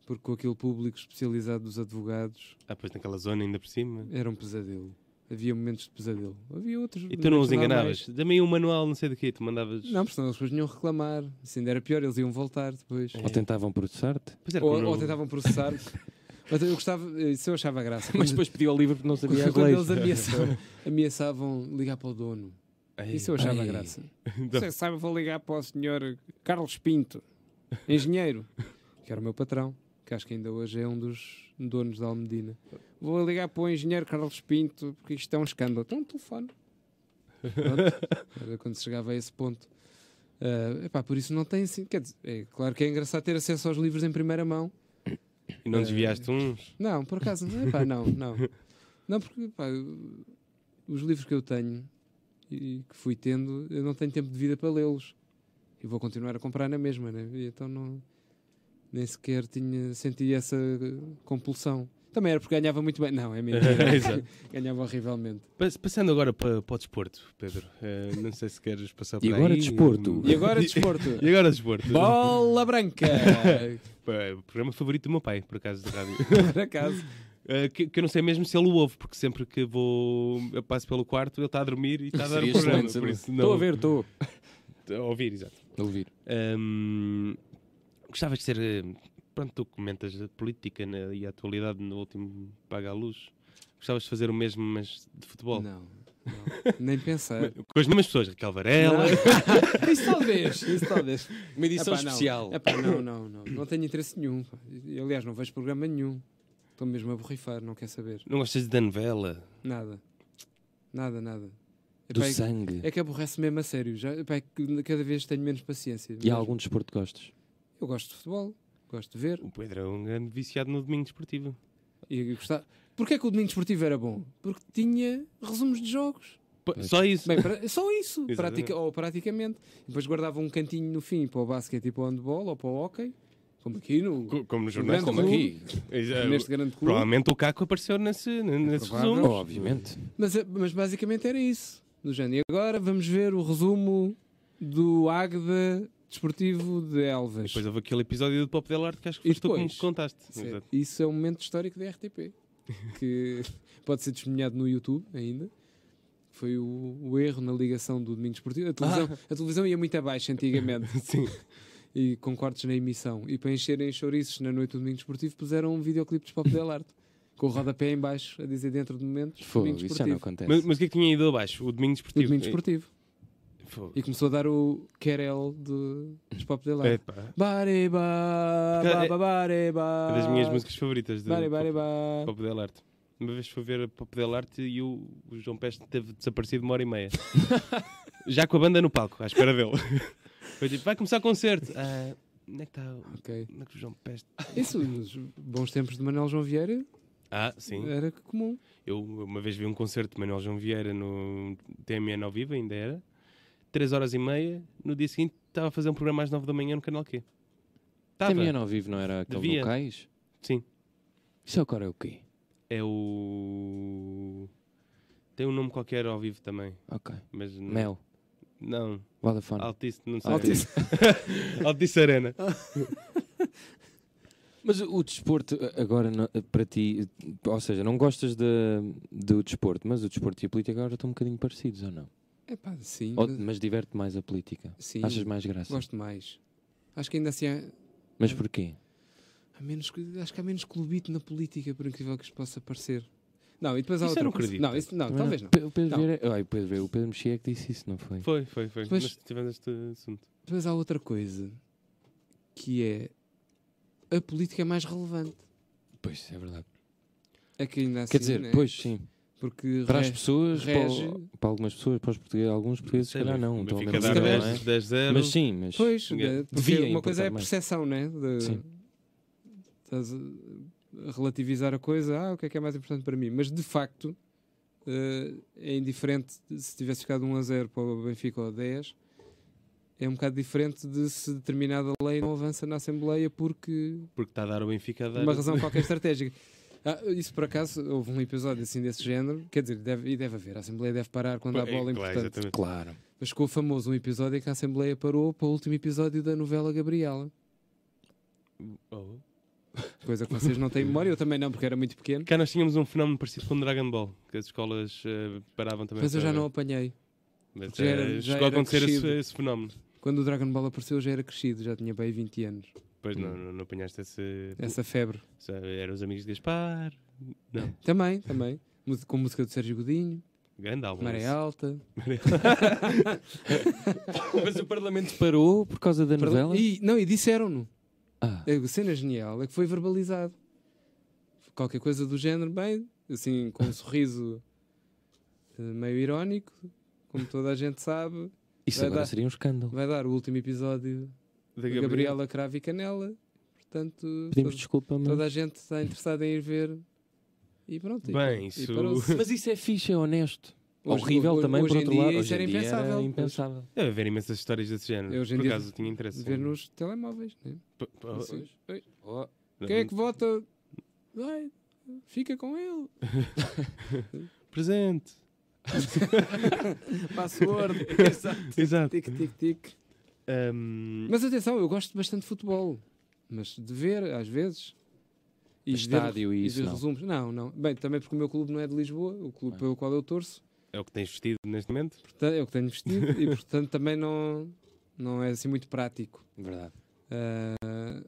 Speaker 3: Porque com aquele público especializado dos advogados
Speaker 1: Ah, pois naquela zona ainda por cima.
Speaker 3: era um pesadelo. Havia momentos de pesadelo. Havia outros.
Speaker 1: E tu não os
Speaker 3: momentos
Speaker 1: enganavas?
Speaker 3: normais.
Speaker 1: Também um manual, não sei do que, tu mandavas.
Speaker 3: Não, porque senão as pessoas iam reclamar. Isso ainda era pior, eles iam voltar depois.
Speaker 2: Ou tentavam processar-te.
Speaker 1: Pois É, era
Speaker 3: Ou,
Speaker 1: como
Speaker 3: ou
Speaker 1: não- [laughs]
Speaker 3: tentavam processar. Mas eu gostava, isso eu achava graça.
Speaker 2: [laughs] Mas depois pediu ao livro porque não sabia as
Speaker 3: [laughs] Quando eles
Speaker 2: leis.
Speaker 3: ameaçavam, ameaçavam ligar para o dono.
Speaker 1: Ai,
Speaker 3: Isso eu achava
Speaker 2: Ai.
Speaker 3: graça.
Speaker 1: então,
Speaker 3: Você sabe, vou ligar para o senhor Carlos Pinto, engenheiro, [laughs] que era o meu patrão, que acho que ainda hoje é um dos donos da Almedina. Vou ligar para o engenheiro Carlos Pinto, porque isto é um escândalo. Então, um [laughs] telefone. Pronto. Era quando se chegava a esse ponto. Ah, epá, por isso não tem assim. Quer dizer, é claro que é engraçado ter acesso aos livros em primeira mão.
Speaker 1: E não desviaste uns?
Speaker 3: Não, por acaso, epá, não, não. Não, porque pá, eu- os livros que eu tenho e que fui tendo, eu não tenho tempo de vida para lê-los. E vou continuar a comprar na mesma, né? E então não, nem sequer tinha, senti essa eh, compulsão. Também era porque ganhava muito bem. Não, é mentira.
Speaker 1: [laughs] Exato.
Speaker 3: ganhava horrivelmente.
Speaker 1: Pass- Passando agora para, para o desporto, Pedro. Eh, não sei se queres passar
Speaker 2: E
Speaker 1: por
Speaker 2: agora
Speaker 1: aí.
Speaker 2: desporto.
Speaker 1: [laughs]
Speaker 3: E agora desporto.
Speaker 1: E agora desporto.
Speaker 3: Bola branca! [laughs]
Speaker 1: Eh, O programa favorito do meu pai, por acaso, de [laughs] rádio.
Speaker 3: Por acaso.
Speaker 1: Eh, que, que eu não sei mesmo se ele o ouve, porque sempre que vou, eu passo pelo quarto, ele está a dormir e está a dar o
Speaker 2: Seria
Speaker 1: programa.
Speaker 2: é excelente saber.
Speaker 1: por isso não-
Speaker 2: Estou a ver, estou.
Speaker 1: A ouvir, exato.
Speaker 2: A ouvir.
Speaker 1: Hum, gostavas de ser. eh, Pronto, tu comentas a política né, e a atualidade no último Paga a Luz. Gostavas de fazer o mesmo, mas de futebol?
Speaker 3: Não. Nem pensar.
Speaker 1: Com as mesmas pessoas, Raquel Varela.
Speaker 3: [laughs] isso talvez, isso talvez.
Speaker 2: Uma edição
Speaker 3: Epá, não.
Speaker 2: é especial.
Speaker 3: Epá, não, não, não. Não tenho interesse nenhum. pá. E, Aliás, não vejo programa nenhum. Estou mesmo a borrifar, não quer saber.
Speaker 1: Não gostas da novela?
Speaker 3: Nada. Nada, nada.
Speaker 2: Do
Speaker 3: Epá, é-
Speaker 2: sangue.
Speaker 3: é que aborrece mesmo a sério. Já, epá, é que cada vez tenho menos paciência.
Speaker 2: E há
Speaker 3: mesmo.
Speaker 2: algum desporto que gostes?
Speaker 3: Eu gosto de futebol, gosto de ver.
Speaker 1: O Pedro é um grande viciado no domingo desportivo.
Speaker 3: E gostar. Porquê é que o domingo desportivo era bom? Porque tinha resumos de jogos.
Speaker 1: Pô, Só isso.
Speaker 3: Bem, pra- é só
Speaker 2: [laughs]
Speaker 3: isso,
Speaker 1: Exatamente.
Speaker 3: pratica- ou praticamente. Depois guardava um cantinho no fim para o basquete e para o handball ou para o hockey. Como aqui no,
Speaker 1: Co- é como no
Speaker 3: grande
Speaker 1: jornal.
Speaker 2: Como
Speaker 3: clube.
Speaker 2: aqui. É
Speaker 1: Exa-
Speaker 3: neste grande clube.
Speaker 1: Provavelmente o Caco apareceu nesse, nesse
Speaker 3: provável.
Speaker 1: resumo.
Speaker 2: Obviamente.
Speaker 3: Mas, eh, mas basicamente era isso. Do género. E agora vamos ver o resumo do Águeda Desportivo de Elvas.
Speaker 1: Depois houve aquele episódio do Pop Del Arte que acho que
Speaker 3: E
Speaker 1: foste tu que me
Speaker 3: depois?
Speaker 1: contaste.
Speaker 3: Isso é,
Speaker 1: Exato.
Speaker 3: isso é um momento histórico da RTP que [laughs] pode ser testemunhado no YouTube ainda. Foi o, o erro na ligação do Domingo Esportivo. A televisão,
Speaker 2: Ah.
Speaker 3: a televisão ia muito
Speaker 2: [laughs]
Speaker 3: abaixo antigamente
Speaker 1: Sim.
Speaker 3: e com cortes na emissão. E para encherem chouriços na noite do Domingo Esportivo, puseram um videoclipe de Pop Del Arte com o rodapé em baixo a dizer dentro de momentos
Speaker 2: Fogo,
Speaker 3: Domingo
Speaker 2: isso já não
Speaker 3: Esportivo.
Speaker 2: acontece.
Speaker 1: Mas, mas o que é que tinha ido abaixo? O É, domingo
Speaker 3: Do
Speaker 1: desportivo.
Speaker 3: Domingo Esportivo.
Speaker 1: Fogo.
Speaker 3: E começou a dar o Querel de, dos Pop Del Arte.
Speaker 1: Epá,
Speaker 3: Bare ba,
Speaker 1: É. Cara,
Speaker 3: ba,
Speaker 1: é-
Speaker 3: ba, bare
Speaker 1: É
Speaker 3: ba.
Speaker 1: das minhas músicas favoritas do
Speaker 3: Bare, bare,
Speaker 1: Pop,
Speaker 3: ba.
Speaker 1: Pop Del Arte. Uma vez fui ver a Pop Del Arte e o, o João Peste teve desaparecido uma hora e
Speaker 3: [laughs]
Speaker 1: meia. Já com a banda no palco, à espera dele. [laughs] Foi tipo, vai começar o concerto. Ah, onde é que está o-
Speaker 3: Ok.
Speaker 1: onde é que o João Peste?
Speaker 3: Isso, nos bons tempos de Manuel João Vieira
Speaker 1: Ah, sim.
Speaker 3: era comum.
Speaker 1: Eu uma vez vi um concerto de Manuel João Vieira no TMN ao vivo, ainda era. Três horas e meia. No dia seguinte estava a fazer um programa às nove da manhã no Canal Q. Estava.
Speaker 2: Também ao vivo, não era aquele
Speaker 1: Devia.
Speaker 2: no cais?
Speaker 1: Sim.
Speaker 2: Isso agora é o quê?
Speaker 1: É o... Tem um nome qualquer ao vivo também.
Speaker 2: Ok.
Speaker 1: Mas não- Ah,
Speaker 2: Mel.
Speaker 1: Não.
Speaker 2: Vodafone.
Speaker 1: Altice, não sei.
Speaker 2: Altice.
Speaker 1: [laughs]
Speaker 2: Ah.
Speaker 1: Altice Arena.
Speaker 2: Mas o desporto, a- agora não- para ti, ou seja, não gostas de, do desporto, mas o desporto e a política agora estão um bocadinho parecidos, ou não?
Speaker 3: É pá, sim.
Speaker 1: Oh,
Speaker 2: Ou-
Speaker 3: mas-
Speaker 2: mas diverte mais a política.
Speaker 3: sim,
Speaker 2: Achas mais graça.
Speaker 3: gosto mais. Acho que ainda assim há,
Speaker 2: Mas porquê?
Speaker 3: há menos, acho que há menos clubito na política, por incrível que isto possa parecer. Não, e depois há
Speaker 1: Isso
Speaker 3: outra
Speaker 1: eu não
Speaker 3: coisa.
Speaker 1: acredito.
Speaker 3: Não, isso, não
Speaker 2: Também
Speaker 3: Ah, talvez não.
Speaker 2: Pe- O Pedro,
Speaker 3: Não.
Speaker 2: Vieira- ai, o Pedro Vieira- o Pedro Mexia é que disse isso, não foi?
Speaker 1: Foi, foi, foi.
Speaker 3: Pois-
Speaker 1: Mas tivemos este assunto.
Speaker 3: Depois há outra coisa que é a política é mais relevante.
Speaker 2: Pois, é verdade.
Speaker 3: É que ainda assim.
Speaker 2: Quer dizer,
Speaker 3: né?
Speaker 2: pois sim.
Speaker 3: Porque
Speaker 2: Para as
Speaker 3: re-
Speaker 2: pessoas, para, o-
Speaker 3: rege-
Speaker 2: para algumas pessoas, para os portugueses, alguns portugueses, se
Speaker 1: Sei,
Speaker 2: calhar não.
Speaker 1: o
Speaker 2: Estão a
Speaker 1: Benfica
Speaker 2: ver
Speaker 1: dá
Speaker 2: muito bem, não é?
Speaker 1: 10, 10 0.
Speaker 2: Mas sim, mas.
Speaker 3: Pois,
Speaker 1: Ninguém-
Speaker 3: de- porque
Speaker 2: devia
Speaker 3: uma coisa é a
Speaker 2: importar mais.
Speaker 3: percepção, né? De,
Speaker 2: Sim.
Speaker 3: Estás a relativizar a coisa, ah, o que é que é mais importante para mim? Mas de facto eh, é indiferente de- se tivesse ficado 1 a 0 para o Benfica ou 10, é um bocado diferente de se determinada lei não avança na Assembleia porque
Speaker 1: Porque está a dar o Benfica a dar.
Speaker 3: uma razão
Speaker 2: [laughs]
Speaker 3: qualquer estratégica. Ah, isso por acaso houve um episódio assim desse género, quer dizer, deve, e deve haver, a Assembleia deve parar quando há
Speaker 1: É, claro,
Speaker 3: bola importante.
Speaker 1: exatamente.
Speaker 2: Claro.
Speaker 3: Mas ficou famoso um episódio em que a Assembleia parou para o último episódio da novela Gabriela.
Speaker 1: Oh.
Speaker 3: Coisa que vocês não têm memória, eu também não, porque era muito pequeno.
Speaker 1: Cá nós tínhamos um fenómeno parecido com Dragon Ball, que as escolas eh, paravam também.
Speaker 3: Mas eu
Speaker 1: para
Speaker 3: já não
Speaker 1: ver.
Speaker 3: apanhei.
Speaker 1: Mas,
Speaker 3: já era-
Speaker 1: eh,
Speaker 3: já
Speaker 1: chegou a
Speaker 3: era
Speaker 1: acontecer esse,
Speaker 3: crescido.
Speaker 1: esse fenómeno.
Speaker 3: Quando o Dragon Ball apareceu, eu já era crescido, já tinha bem 20 anos.
Speaker 1: Pois
Speaker 2: Hum.
Speaker 1: não, não, não apanhaste esse.
Speaker 3: Essa febre.
Speaker 1: Já Eram os amigos de Gaspar. Não,
Speaker 3: Também, também. Mu- Com música do Sérgio Godinho,
Speaker 1: grande álbum.
Speaker 3: Maré
Speaker 1: esse.
Speaker 3: Alta.
Speaker 2: Mas o
Speaker 3: [laughs]
Speaker 2: Parlamento parou por causa da novela?
Speaker 3: E, não, e disseram-no.
Speaker 2: Ah,
Speaker 3: A cena genial é que foi verbalizado. Qualquer coisa do género, bem, assim, com um sorriso eh, meio irónico, como toda a gente sabe,
Speaker 2: isso
Speaker 3: Vai
Speaker 2: agora
Speaker 3: dar.
Speaker 2: seria um escândalo.
Speaker 3: vai dar o último episódio
Speaker 1: Da
Speaker 3: de
Speaker 1: Gabriela.
Speaker 3: Gabriela Cravo e Canela. Portanto,
Speaker 2: Pedimos
Speaker 3: toda-
Speaker 2: desculpa, mas.
Speaker 3: toda a gente está interessada em ir ver. E pronto. e-
Speaker 1: Bem,
Speaker 3: e
Speaker 1: isso- [laughs]
Speaker 3: parou-se.
Speaker 2: Mas isso é fixe, é honesto.
Speaker 3: Hoje-
Speaker 2: Horrível
Speaker 3: hoje-
Speaker 2: também,
Speaker 3: hoje
Speaker 2: por
Speaker 3: em
Speaker 2: outro
Speaker 3: dia
Speaker 2: lado.
Speaker 3: isso
Speaker 2: hoje
Speaker 3: era
Speaker 2: em dia
Speaker 3: impensável.
Speaker 2: Era impensável.
Speaker 1: Deve É, haver imensas histórias desse género.
Speaker 3: Eu hoje em
Speaker 1: Por
Speaker 3: dia
Speaker 1: acaso tinha interesse.
Speaker 3: Ver nos telemóveis. Né?
Speaker 1: P- p-
Speaker 3: Assim, "Ei,
Speaker 2: Oh,
Speaker 3: Quem é que vota? Vai, fica com ele.
Speaker 1: Presente.
Speaker 3: Password.
Speaker 1: [laughs] Exato.
Speaker 3: tic, tic, tic.
Speaker 1: Ahm,
Speaker 3: Mas atenção, eu gosto bastante de futebol. Mas de ver, às vezes. de ver-
Speaker 2: Estádio e
Speaker 3: de
Speaker 2: isso, não.
Speaker 3: resumos. Não, não. Bem, também porque o meu clube não é de Lisboa, o clube
Speaker 2: Ah.
Speaker 3: pelo qual eu torço.
Speaker 1: é o que tens vestido neste momento?
Speaker 3: Portanto, é o que tenho vestido e, portanto, também não, não é assim muito prático.
Speaker 2: verdade.
Speaker 3: Ah,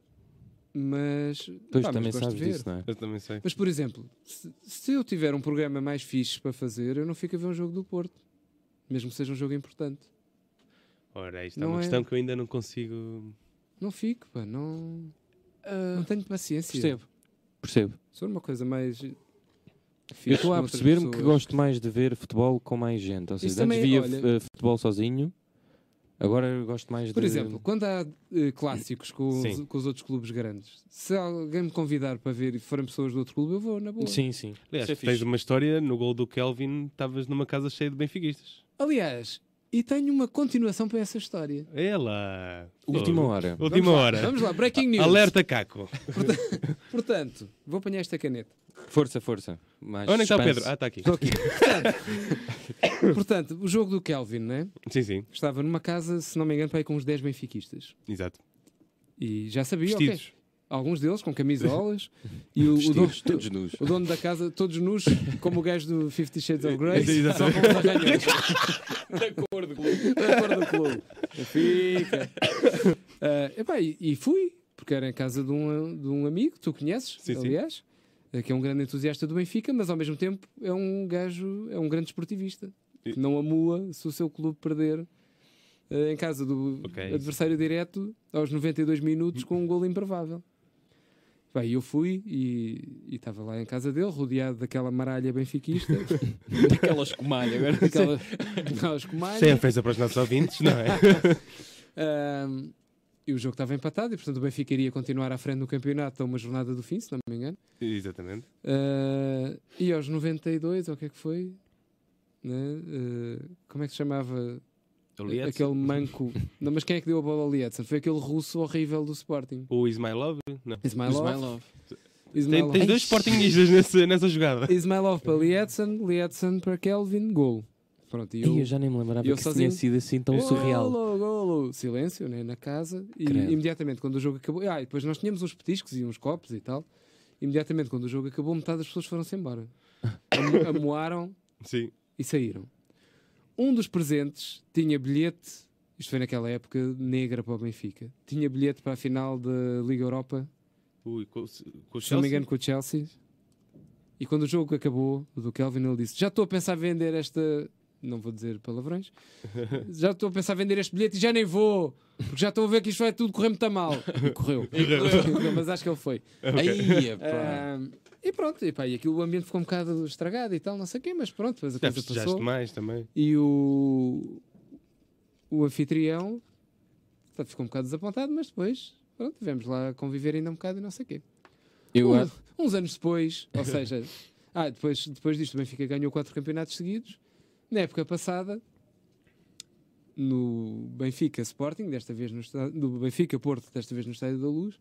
Speaker 3: Mas.
Speaker 2: Pois
Speaker 3: pá,
Speaker 2: também
Speaker 3: mas gosto
Speaker 2: sabes
Speaker 3: de ver.
Speaker 2: disso, não é?
Speaker 1: Eu também sei.
Speaker 3: Mas, por exemplo, se, se eu tiver um programa mais fixe para fazer, eu não fico a ver um jogo do Porto. Mesmo que seja um jogo importante.
Speaker 1: Ora, isto é
Speaker 3: Não
Speaker 1: uma
Speaker 3: é-
Speaker 1: questão que eu ainda não consigo.
Speaker 3: Não fico, pá, não, não tenho paciência.
Speaker 2: Percebo. Percebo.
Speaker 3: Sou uma coisa mais. fixe
Speaker 2: Eu estou a
Speaker 3: com outras
Speaker 2: perceber-me que
Speaker 3: pessoas.
Speaker 2: gosto mais de ver futebol com mais gente. Ou seja,
Speaker 3: Isso
Speaker 2: antes
Speaker 3: também, é-
Speaker 2: via
Speaker 3: olha-
Speaker 2: f- eh, futebol sozinho, agora eu gosto mais
Speaker 3: Por
Speaker 2: de.
Speaker 3: exemplo, quando há eh, clássicos com os,
Speaker 1: Sim.
Speaker 3: com os outros clubes grandes, se alguém me convidar para ver e forem pessoas do outro clube, eu vou, na boa.
Speaker 2: Sim, sim.
Speaker 1: Aliás,
Speaker 2: Isso é
Speaker 1: tens
Speaker 2: fixe.
Speaker 1: uma história no gol do Kelvin, estavas numa casa cheia de benfiquistas.
Speaker 3: Aliás, e tenho uma continuação para essa história.
Speaker 1: Ela!
Speaker 2: Última hora.
Speaker 1: Última
Speaker 3: Vamos lá,
Speaker 1: hora.
Speaker 3: Vamos lá, breaking news.
Speaker 1: Alerta Caco.
Speaker 3: Portanto, vou apanhar esta caneta.
Speaker 2: Força, força. Mais
Speaker 1: Onde é que está o
Speaker 2: suspense.
Speaker 1: Pedro? Ah, está aqui.
Speaker 3: Estou aqui. Portanto, portanto, o jogo do Kelvin, né?
Speaker 1: Sim, sim,
Speaker 3: Estava numa casa, se não me engano, para aí com uns 10 benfiquistas.
Speaker 1: exato.
Speaker 3: E já sabia, ok.
Speaker 1: Vestidos.
Speaker 3: Alguns deles com camisolas. e o, o, dono,
Speaker 2: Vestidos, todos nus.
Speaker 3: o dono da casa, todos nus, como o gajo do Fifty Shades of Grey.
Speaker 1: Exato.
Speaker 3: só com os arranhões.
Speaker 2: cor do clube.
Speaker 3: da cor do clube. Fica. Ah, epá, e, e fui, porque era em casa de um, de um amigo, que tu conheces,
Speaker 1: Sim, sim.
Speaker 3: aliás, eh, que é um grande entusiasta do Benfica, mas ao mesmo tempo é um gajo, é um grande esportivista.
Speaker 1: E-
Speaker 3: Que não amua se o seu clube perder eh, em casa do
Speaker 1: Ok.
Speaker 3: adversário direto aos 92 minutos com um golo improvável. Bem, eu fui e e estava lá em casa dele, rodeado daquela maralha benfiquista,
Speaker 1: [laughs]
Speaker 2: Daquelas comalhas
Speaker 3: [laughs]
Speaker 2: agora.
Speaker 3: daquela, daquelas comalhas.
Speaker 1: Sem ofensa para os nossos ouvintes, não [laughs] é?
Speaker 3: Ahm, e o jogo estava empatado e, portanto, o Benfica iria continuar à frente no campeonato a uma jornada do fim, se não me engano.
Speaker 1: Exatamente.
Speaker 3: Ah, e aos 92, ou o que é que foi? né? Ah, como é que se chamava aquele manco? não, mas quem é que deu a bola ao Lietzen? Foi aquele russo horrível do Sporting.
Speaker 1: O Ismailov? Não.
Speaker 3: Ismailov.
Speaker 1: Tem,
Speaker 3: Ismailov,
Speaker 1: tens dois sportinguistas nesse- nessa jogada.
Speaker 3: Ismailov para Lietzen, Lietzen para Kelvin, gol. Pronto, e
Speaker 2: Eu,
Speaker 3: eu,
Speaker 2: já nem me lembrava
Speaker 3: eu
Speaker 2: que isso
Speaker 3: sozinho-
Speaker 2: tinha sido assim é tão
Speaker 3: Golo,
Speaker 2: surreal.
Speaker 3: golo. Silêncio, né? Na casa. E
Speaker 2: Credo.
Speaker 3: imediatamente quando o jogo acabou. Ah, e depois nós tínhamos uns petiscos e uns copos e tal. Imediatamente quando o jogo acabou, metade das pessoas
Speaker 2: [laughs]
Speaker 3: foram-se embora. Amo- Amoaram
Speaker 1: [laughs] Sim.
Speaker 3: e saíram. Um dos presentes tinha bilhete. Isto foi naquela época negra para o Benfica. Tinha bilhete para a final da Liga Europa,
Speaker 1: Ui, com, com o
Speaker 3: se não me
Speaker 1: Chelsea?
Speaker 3: engano, com o Chelsea. E quando o jogo acabou, o do Kelvin, ele disse: Já estou a pensar vender esta. Não vou dizer
Speaker 1: [laughs]
Speaker 3: palavrões. Já estou a pensar vender este bilhete e já nem vou, porque já estou a ver que isto vai tudo correr muito
Speaker 1: [laughs]
Speaker 3: a mal. E correu. Correu, Mas acho que ele foi.
Speaker 1: [laughs]
Speaker 2: Aí, pá.
Speaker 3: Ahm, e pronto, e, pá, e aquilo o ambiente ficou um bocado estragado e tal, não sei o quê, mas pronto, depois a
Speaker 1: Já
Speaker 3: coisa
Speaker 1: festejaste
Speaker 3: passou.
Speaker 1: mais também. [laughs]
Speaker 3: E o, o anfitrião portanto, ficou um bocado desapontado, mas depois pronto, tivemos lá a conviver ainda um bocado e não sei o quê.
Speaker 2: Eu
Speaker 3: Um-
Speaker 2: acho.
Speaker 3: uns anos depois, ou seja, [laughs] ah, depois, depois disto o Benfica ganhou quatro campeonatos seguidos. Na época passada, no Benfica Sporting, desta vez no estádio, do Benfica Porto, desta vez no Estádio da Luz,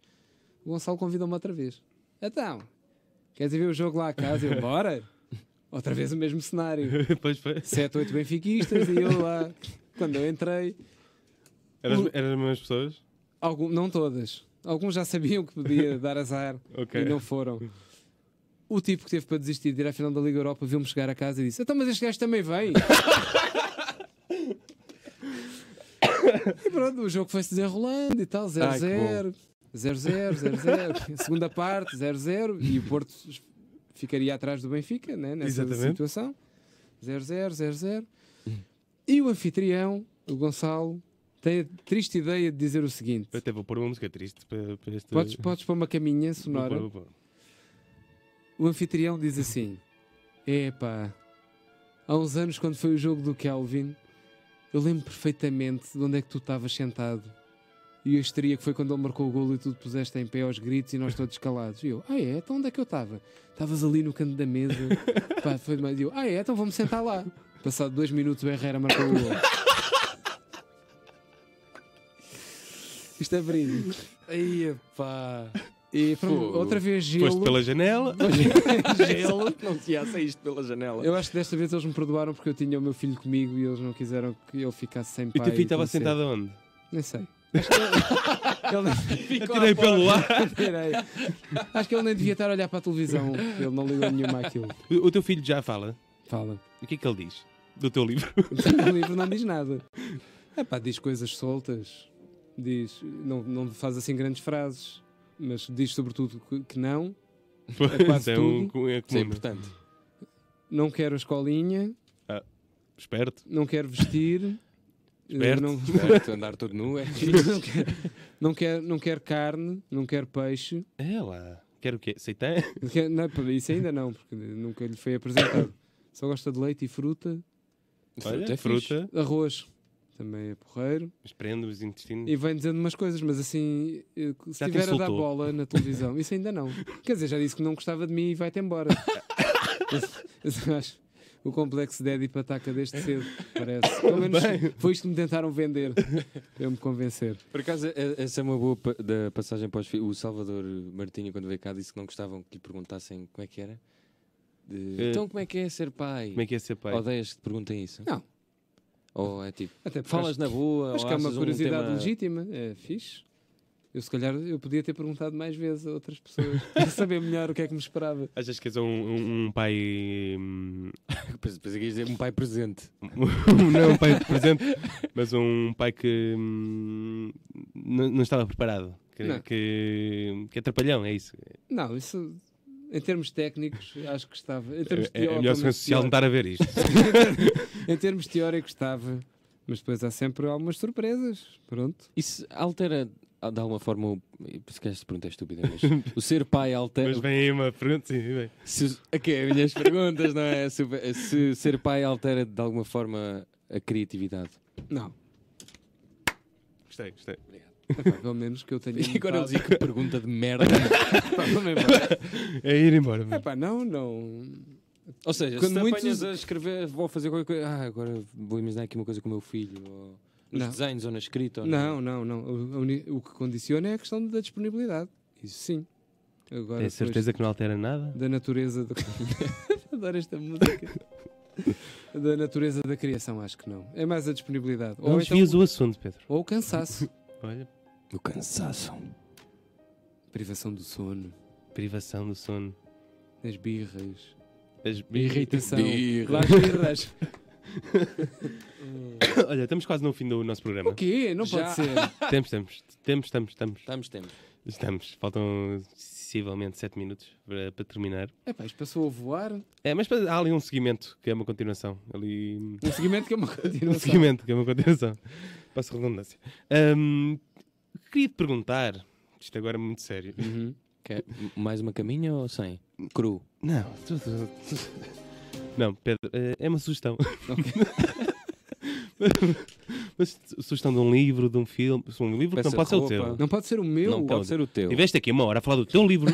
Speaker 3: o Gonçalo convidou-me outra vez. Então, queres ir ver o jogo lá a casa? Eu,
Speaker 2: [laughs]
Speaker 3: bora! Outra vez o mesmo cenário.
Speaker 1: pois foi.
Speaker 3: Sete, oito benfiquistas e eu lá, quando eu entrei,
Speaker 1: Eras,
Speaker 3: O-
Speaker 1: eras as mesmas pessoas?
Speaker 3: algum, não todas, alguns já sabiam que podia dar azar.
Speaker 1: Ok.
Speaker 3: e não foram. O tipo que teve para desistir de ir à final da Liga Europa viu-me chegar a casa e disse: Então, mas este gajo
Speaker 1: [laughs]
Speaker 3: também vem. e pronto, o jogo foi-se desenrolando e tal,
Speaker 2: Ai, que
Speaker 3: 0-0. 0-0, 0-0. [laughs] Segunda parte, 0-0. E o Porto ficaria atrás do Benfica, né, nessa
Speaker 1: Exatamente.
Speaker 3: situação. 0-0, 0-0. E o anfitrião, o Gonçalo, tem a triste ideia de dizer o seguinte:
Speaker 1: Eu até vou pôr uma música triste para, para este...
Speaker 3: Podes, eh? podes pôr uma caminha sonora.
Speaker 1: Vou pôr, vou pôr.
Speaker 3: O anfitrião diz assim: Epá, há uns anos, quando foi o jogo do Kelvin, eu lembro perfeitamente de onde é que tu estavas sentado. E a histeria que foi quando ele marcou o golo e tu te puseste em pé aos gritos e nós todos calados. E eu, ah é? Então onde é que eu estava? Estavas ali no canto
Speaker 1: [laughs]
Speaker 3: da mesa. Pá, foi demais. E eu, ah é? Então vou-me sentar lá. Passado dois minutos o Herrera marcou o golo. Isto é verídico.
Speaker 2: Aí, pá.
Speaker 3: E pronto,
Speaker 2: Fogo.
Speaker 3: outra vez
Speaker 1: Foste
Speaker 3: gelo.
Speaker 1: pela janela.
Speaker 2: Gelo, não te ia sair isto pela janela.
Speaker 3: Eu acho que desta vez eles me perdoaram porque eu tinha o meu filho comigo e eles não quiseram que ele ficasse sem
Speaker 1: E
Speaker 3: pai.
Speaker 1: o teu filho estava
Speaker 3: com sede.
Speaker 1: sentado onde?
Speaker 3: Nem sei. Acho que ele- [laughs] ele nem-
Speaker 1: Tirei pelo ar.
Speaker 3: Tirei. Acho que ele nem devia estar a olhar para a televisão. Ele não ligou nenhuma àquilo.
Speaker 1: O, o teu filho já fala.
Speaker 3: Fala.
Speaker 1: O que é que ele diz? Do teu livro?
Speaker 3: O livro não diz nada. É pá, diz coisas soltas. Diz. Não, não faz assim grandes frases. mas diz sobretudo que- que não.
Speaker 1: Pois,
Speaker 3: quase
Speaker 1: é um- é
Speaker 2: Sim,
Speaker 1: comum.
Speaker 2: importante.
Speaker 3: Não quero a escolinha,
Speaker 1: Esperto.
Speaker 3: não quero vestir. eh,
Speaker 1: Esperto.
Speaker 3: não, [laughs]
Speaker 2: Certo, andar todo nu é
Speaker 3: não, quero, não, quero, não quero carne, não quero peixe.
Speaker 1: É lá. Quero o quê? Seitã?
Speaker 3: Não quero- Não, pá, isso ainda não, porque nunca lhe foi apresentado. [coughs] Só gosta de leite e fruta,
Speaker 1: Olha,
Speaker 2: é fixe.
Speaker 1: fruta.
Speaker 3: arroz. Também é porreiro.
Speaker 1: Mas prende os intestinos.
Speaker 3: E vem dizendo umas coisas, mas assim, eh, se
Speaker 1: Já te
Speaker 3: tiver a dar
Speaker 1: insultou.
Speaker 3: bola na televisão, isso ainda não. Quer dizer, já disse que não gostava de mim e vai-te embora. Eu só acho o complexo de Edipo ataca desde cedo, parece. Pelo menos
Speaker 1: Bem.
Speaker 3: foi isto que me tentaram vender. Eu me convencer.
Speaker 2: Por acaso, é- essa é uma boa pa- da passagem para os filhos. O Salvador Martinho, quando veio cá, disse que não gostavam que lhe perguntassem como é que era. De,
Speaker 1: Eh,
Speaker 2: então, como é que é ser pai?
Speaker 1: Como é que é ser pai?
Speaker 2: Odeias que te perguntem isso?
Speaker 3: Não.
Speaker 2: Ou é tipo,
Speaker 3: Até porque
Speaker 2: falas na boa?
Speaker 3: Acho
Speaker 2: ou
Speaker 3: que é uma
Speaker 2: achas um
Speaker 3: curiosidade
Speaker 2: tema-
Speaker 3: legítima. É fixe. Eu, se calhar, eu podia ter perguntado mais vezes a outras pessoas [laughs] para saber melhor o que é que me esperava.
Speaker 1: Achas que és um, um, um pai.
Speaker 3: [laughs]
Speaker 1: hum,
Speaker 2: [laughs] Pensei pensei que ias dizer um pai presente.
Speaker 1: não um pai presente, mas um pai que hum, não, não estava preparado. Que,
Speaker 3: Não.
Speaker 1: que, que é trapalhão, é isso.
Speaker 3: Não, isso, em termos técnicos, acho que estava. Em termos
Speaker 1: É, é melhor a
Speaker 3: teoricamente,
Speaker 1: segurança social não estar a ver isto.
Speaker 3: Em termos teóricos estava, mas depois há sempre algumas surpresas. Pronto.
Speaker 2: Isso altera ah, de alguma forma. o- Se calhar esta pergunta é estúpida, [laughs] mas o ser pai altera.
Speaker 1: Mas vem aí uma pergunta, sim, vem.
Speaker 2: Se, aqui é as minhas perguntas, não é? Se, se ser pai altera de alguma forma a criatividade.
Speaker 3: Não,
Speaker 1: Gostei, gostei.
Speaker 3: Epá, pelo menos que eu tenha.
Speaker 2: [laughs] E agora ele
Speaker 3: notado.
Speaker 2: dizia que pergunta de merda. [laughs]
Speaker 3: [laughs] Pá, também vai.
Speaker 1: É ir embora. mesmo.
Speaker 3: Epá, não, não.
Speaker 2: Ou seja,
Speaker 3: Quando
Speaker 2: se te
Speaker 3: muitos-
Speaker 2: apanhas a escrever, vou fazer qualquer coisa. Ah, agora vou imaginar aqui uma coisa com o meu filho. Ou nos
Speaker 3: Não.
Speaker 2: desenhos, ou na escrita. Ou na-
Speaker 3: Não, não, não. O, a uni- o que condiciona é a questão da disponibilidade. Isso sim. Agora,
Speaker 1: Tem
Speaker 3: depois
Speaker 1: É certeza que não altera nada?
Speaker 3: da natureza da. [laughs] Adoro esta música. da natureza da criação, acho que não. É mais a disponibilidade.
Speaker 1: Não
Speaker 3: Ou, então-
Speaker 1: desvias o assunto, Pedro.
Speaker 3: ou o cansaço.
Speaker 1: Olha,
Speaker 2: [laughs] O cansaço.
Speaker 3: Privação do sono,
Speaker 1: privação do sono.
Speaker 3: das birras,
Speaker 1: As-
Speaker 3: irritação,
Speaker 2: Birra.
Speaker 3: las
Speaker 2: [laughs]
Speaker 3: birras.
Speaker 1: [laughs] Olha, estamos quase no fim do nosso programa.
Speaker 3: o quê? Não pode
Speaker 2: Já.
Speaker 3: ser.
Speaker 1: Temos, estamos, temos, estamos, estamos.
Speaker 2: Estamos, temos.
Speaker 1: Estamos. Faltam sensivelmente 7 minutos para, para terminar.
Speaker 3: Epá, isto passou a voar.
Speaker 1: É, mas há ali um seguimento que é uma continuação. Ali.
Speaker 3: Um seguimento que é
Speaker 2: [laughs]
Speaker 3: uma
Speaker 1: Um
Speaker 3: continuação.
Speaker 1: seguimento que é uma continuação. [laughs] Passo redundância. Ahm, queria te perguntar. Isto agora é muito sério.
Speaker 3: Uhum.
Speaker 2: Quer mais uma caminha ou sem? Cru.
Speaker 1: Não, tu- tu- tu- Não, Pedro, eh, é uma sugestão. [laughs] Mas sugestão de um livro, de um filme. Se Um livro que não
Speaker 2: Peça
Speaker 1: pode
Speaker 2: de
Speaker 1: ser o
Speaker 2: roupa.
Speaker 1: teu.
Speaker 3: Não pode ser o meu.
Speaker 2: não pode ser o teu.
Speaker 1: Tiveste aqui uma hora a falar do teu livro.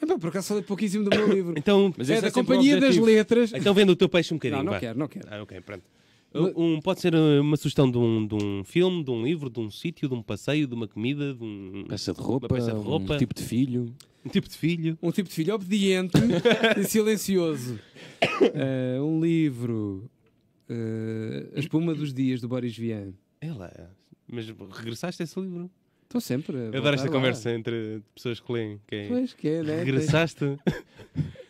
Speaker 3: Epá, por acaso falei pouquíssimo do meu livro.
Speaker 1: Então,
Speaker 2: Mas
Speaker 3: é
Speaker 2: esse
Speaker 3: da
Speaker 2: é sempre o
Speaker 3: Companhia das
Speaker 2: objetivo.
Speaker 3: Letras.
Speaker 1: então vendo o teu peixe um bocadinho.
Speaker 3: Não, não
Speaker 1: vá.
Speaker 3: quero, não quero.
Speaker 1: Ah, ok, pronto.
Speaker 3: Mas-
Speaker 1: Um, pode ser uh, uma sugestão de um, de um filme, de um livro, de um sítio, de um passeio, de uma comida, de um,
Speaker 2: Peça de roupa,
Speaker 1: Uma peça de roupa.
Speaker 2: um tipo de filho.
Speaker 1: um tipo de filho.
Speaker 3: Um tipo de filho obediente
Speaker 1: [coughs]
Speaker 3: e silencioso. Eh, um livro. eh, a Espuma dos Dias, do Boris Vian.
Speaker 1: Ela, É mas regressaste a esse livro?
Speaker 3: Estou sempre. A
Speaker 1: Eu
Speaker 3: voltar
Speaker 1: adoro esta
Speaker 3: lá.
Speaker 1: conversa entre pessoas que leem. Que é,
Speaker 3: Pois que é, né?
Speaker 1: regressaste?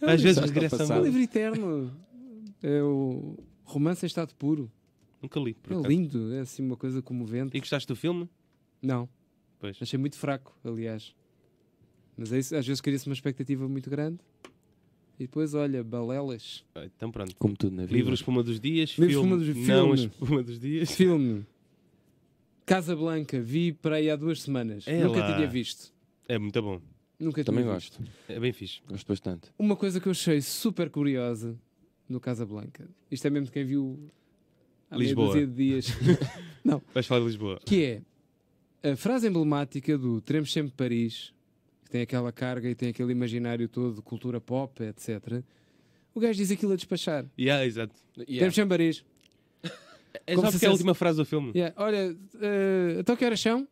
Speaker 1: Às vezes
Speaker 2: Regressaste ao
Speaker 1: regressam.
Speaker 3: É um
Speaker 2: passado.
Speaker 3: livro eterno. É o romance em estado puro.
Speaker 1: Nunca li, por
Speaker 3: É
Speaker 1: acaso.
Speaker 3: lindo, é assim uma coisa
Speaker 1: E
Speaker 3: comovente.
Speaker 1: gostaste do filme?
Speaker 3: Não,
Speaker 1: Pois.
Speaker 3: achei muito fraco, aliás. Mas é isso, às vezes cria-se uma expectativa muito grande. E depois, olha, balelas.
Speaker 1: Ah, Então pronto.
Speaker 2: Como tudo na vida.
Speaker 1: Livro Espuma dos Dias,
Speaker 3: Livro
Speaker 1: filme,
Speaker 3: Espuma dos-
Speaker 1: não a
Speaker 3: filme.
Speaker 1: Espuma dos Dias.
Speaker 3: Filme. Casa Blanca, vi para aí há duas semanas.
Speaker 1: É
Speaker 3: Nunca
Speaker 1: lá.
Speaker 3: tinha visto.
Speaker 1: É muito bom.
Speaker 3: Nunca
Speaker 2: Também
Speaker 3: tinha
Speaker 2: gosto.
Speaker 1: É bem fixe.
Speaker 2: Gosto bastante.
Speaker 3: Uma coisa que eu achei super curiosa no Casa Blanca. Isto é mesmo de quem viu há meia
Speaker 1: Lisboa.
Speaker 3: dúzia de
Speaker 1: [laughs]
Speaker 3: dias.
Speaker 1: Vais falar de Lisboa.
Speaker 3: que é a frase emblemática do Teremos sempre Paris, que tem aquela carga e tem aquele imaginário todo de cultura pop, etc. O gajo diz aquilo a despachar.
Speaker 1: Yeah, exato.
Speaker 3: Teremos sempre Paris.
Speaker 1: É só
Speaker 3: Como se
Speaker 1: porque é a
Speaker 3: fosse-
Speaker 1: última frase do filme.
Speaker 3: Yeah, Olha, eh, então que horas são?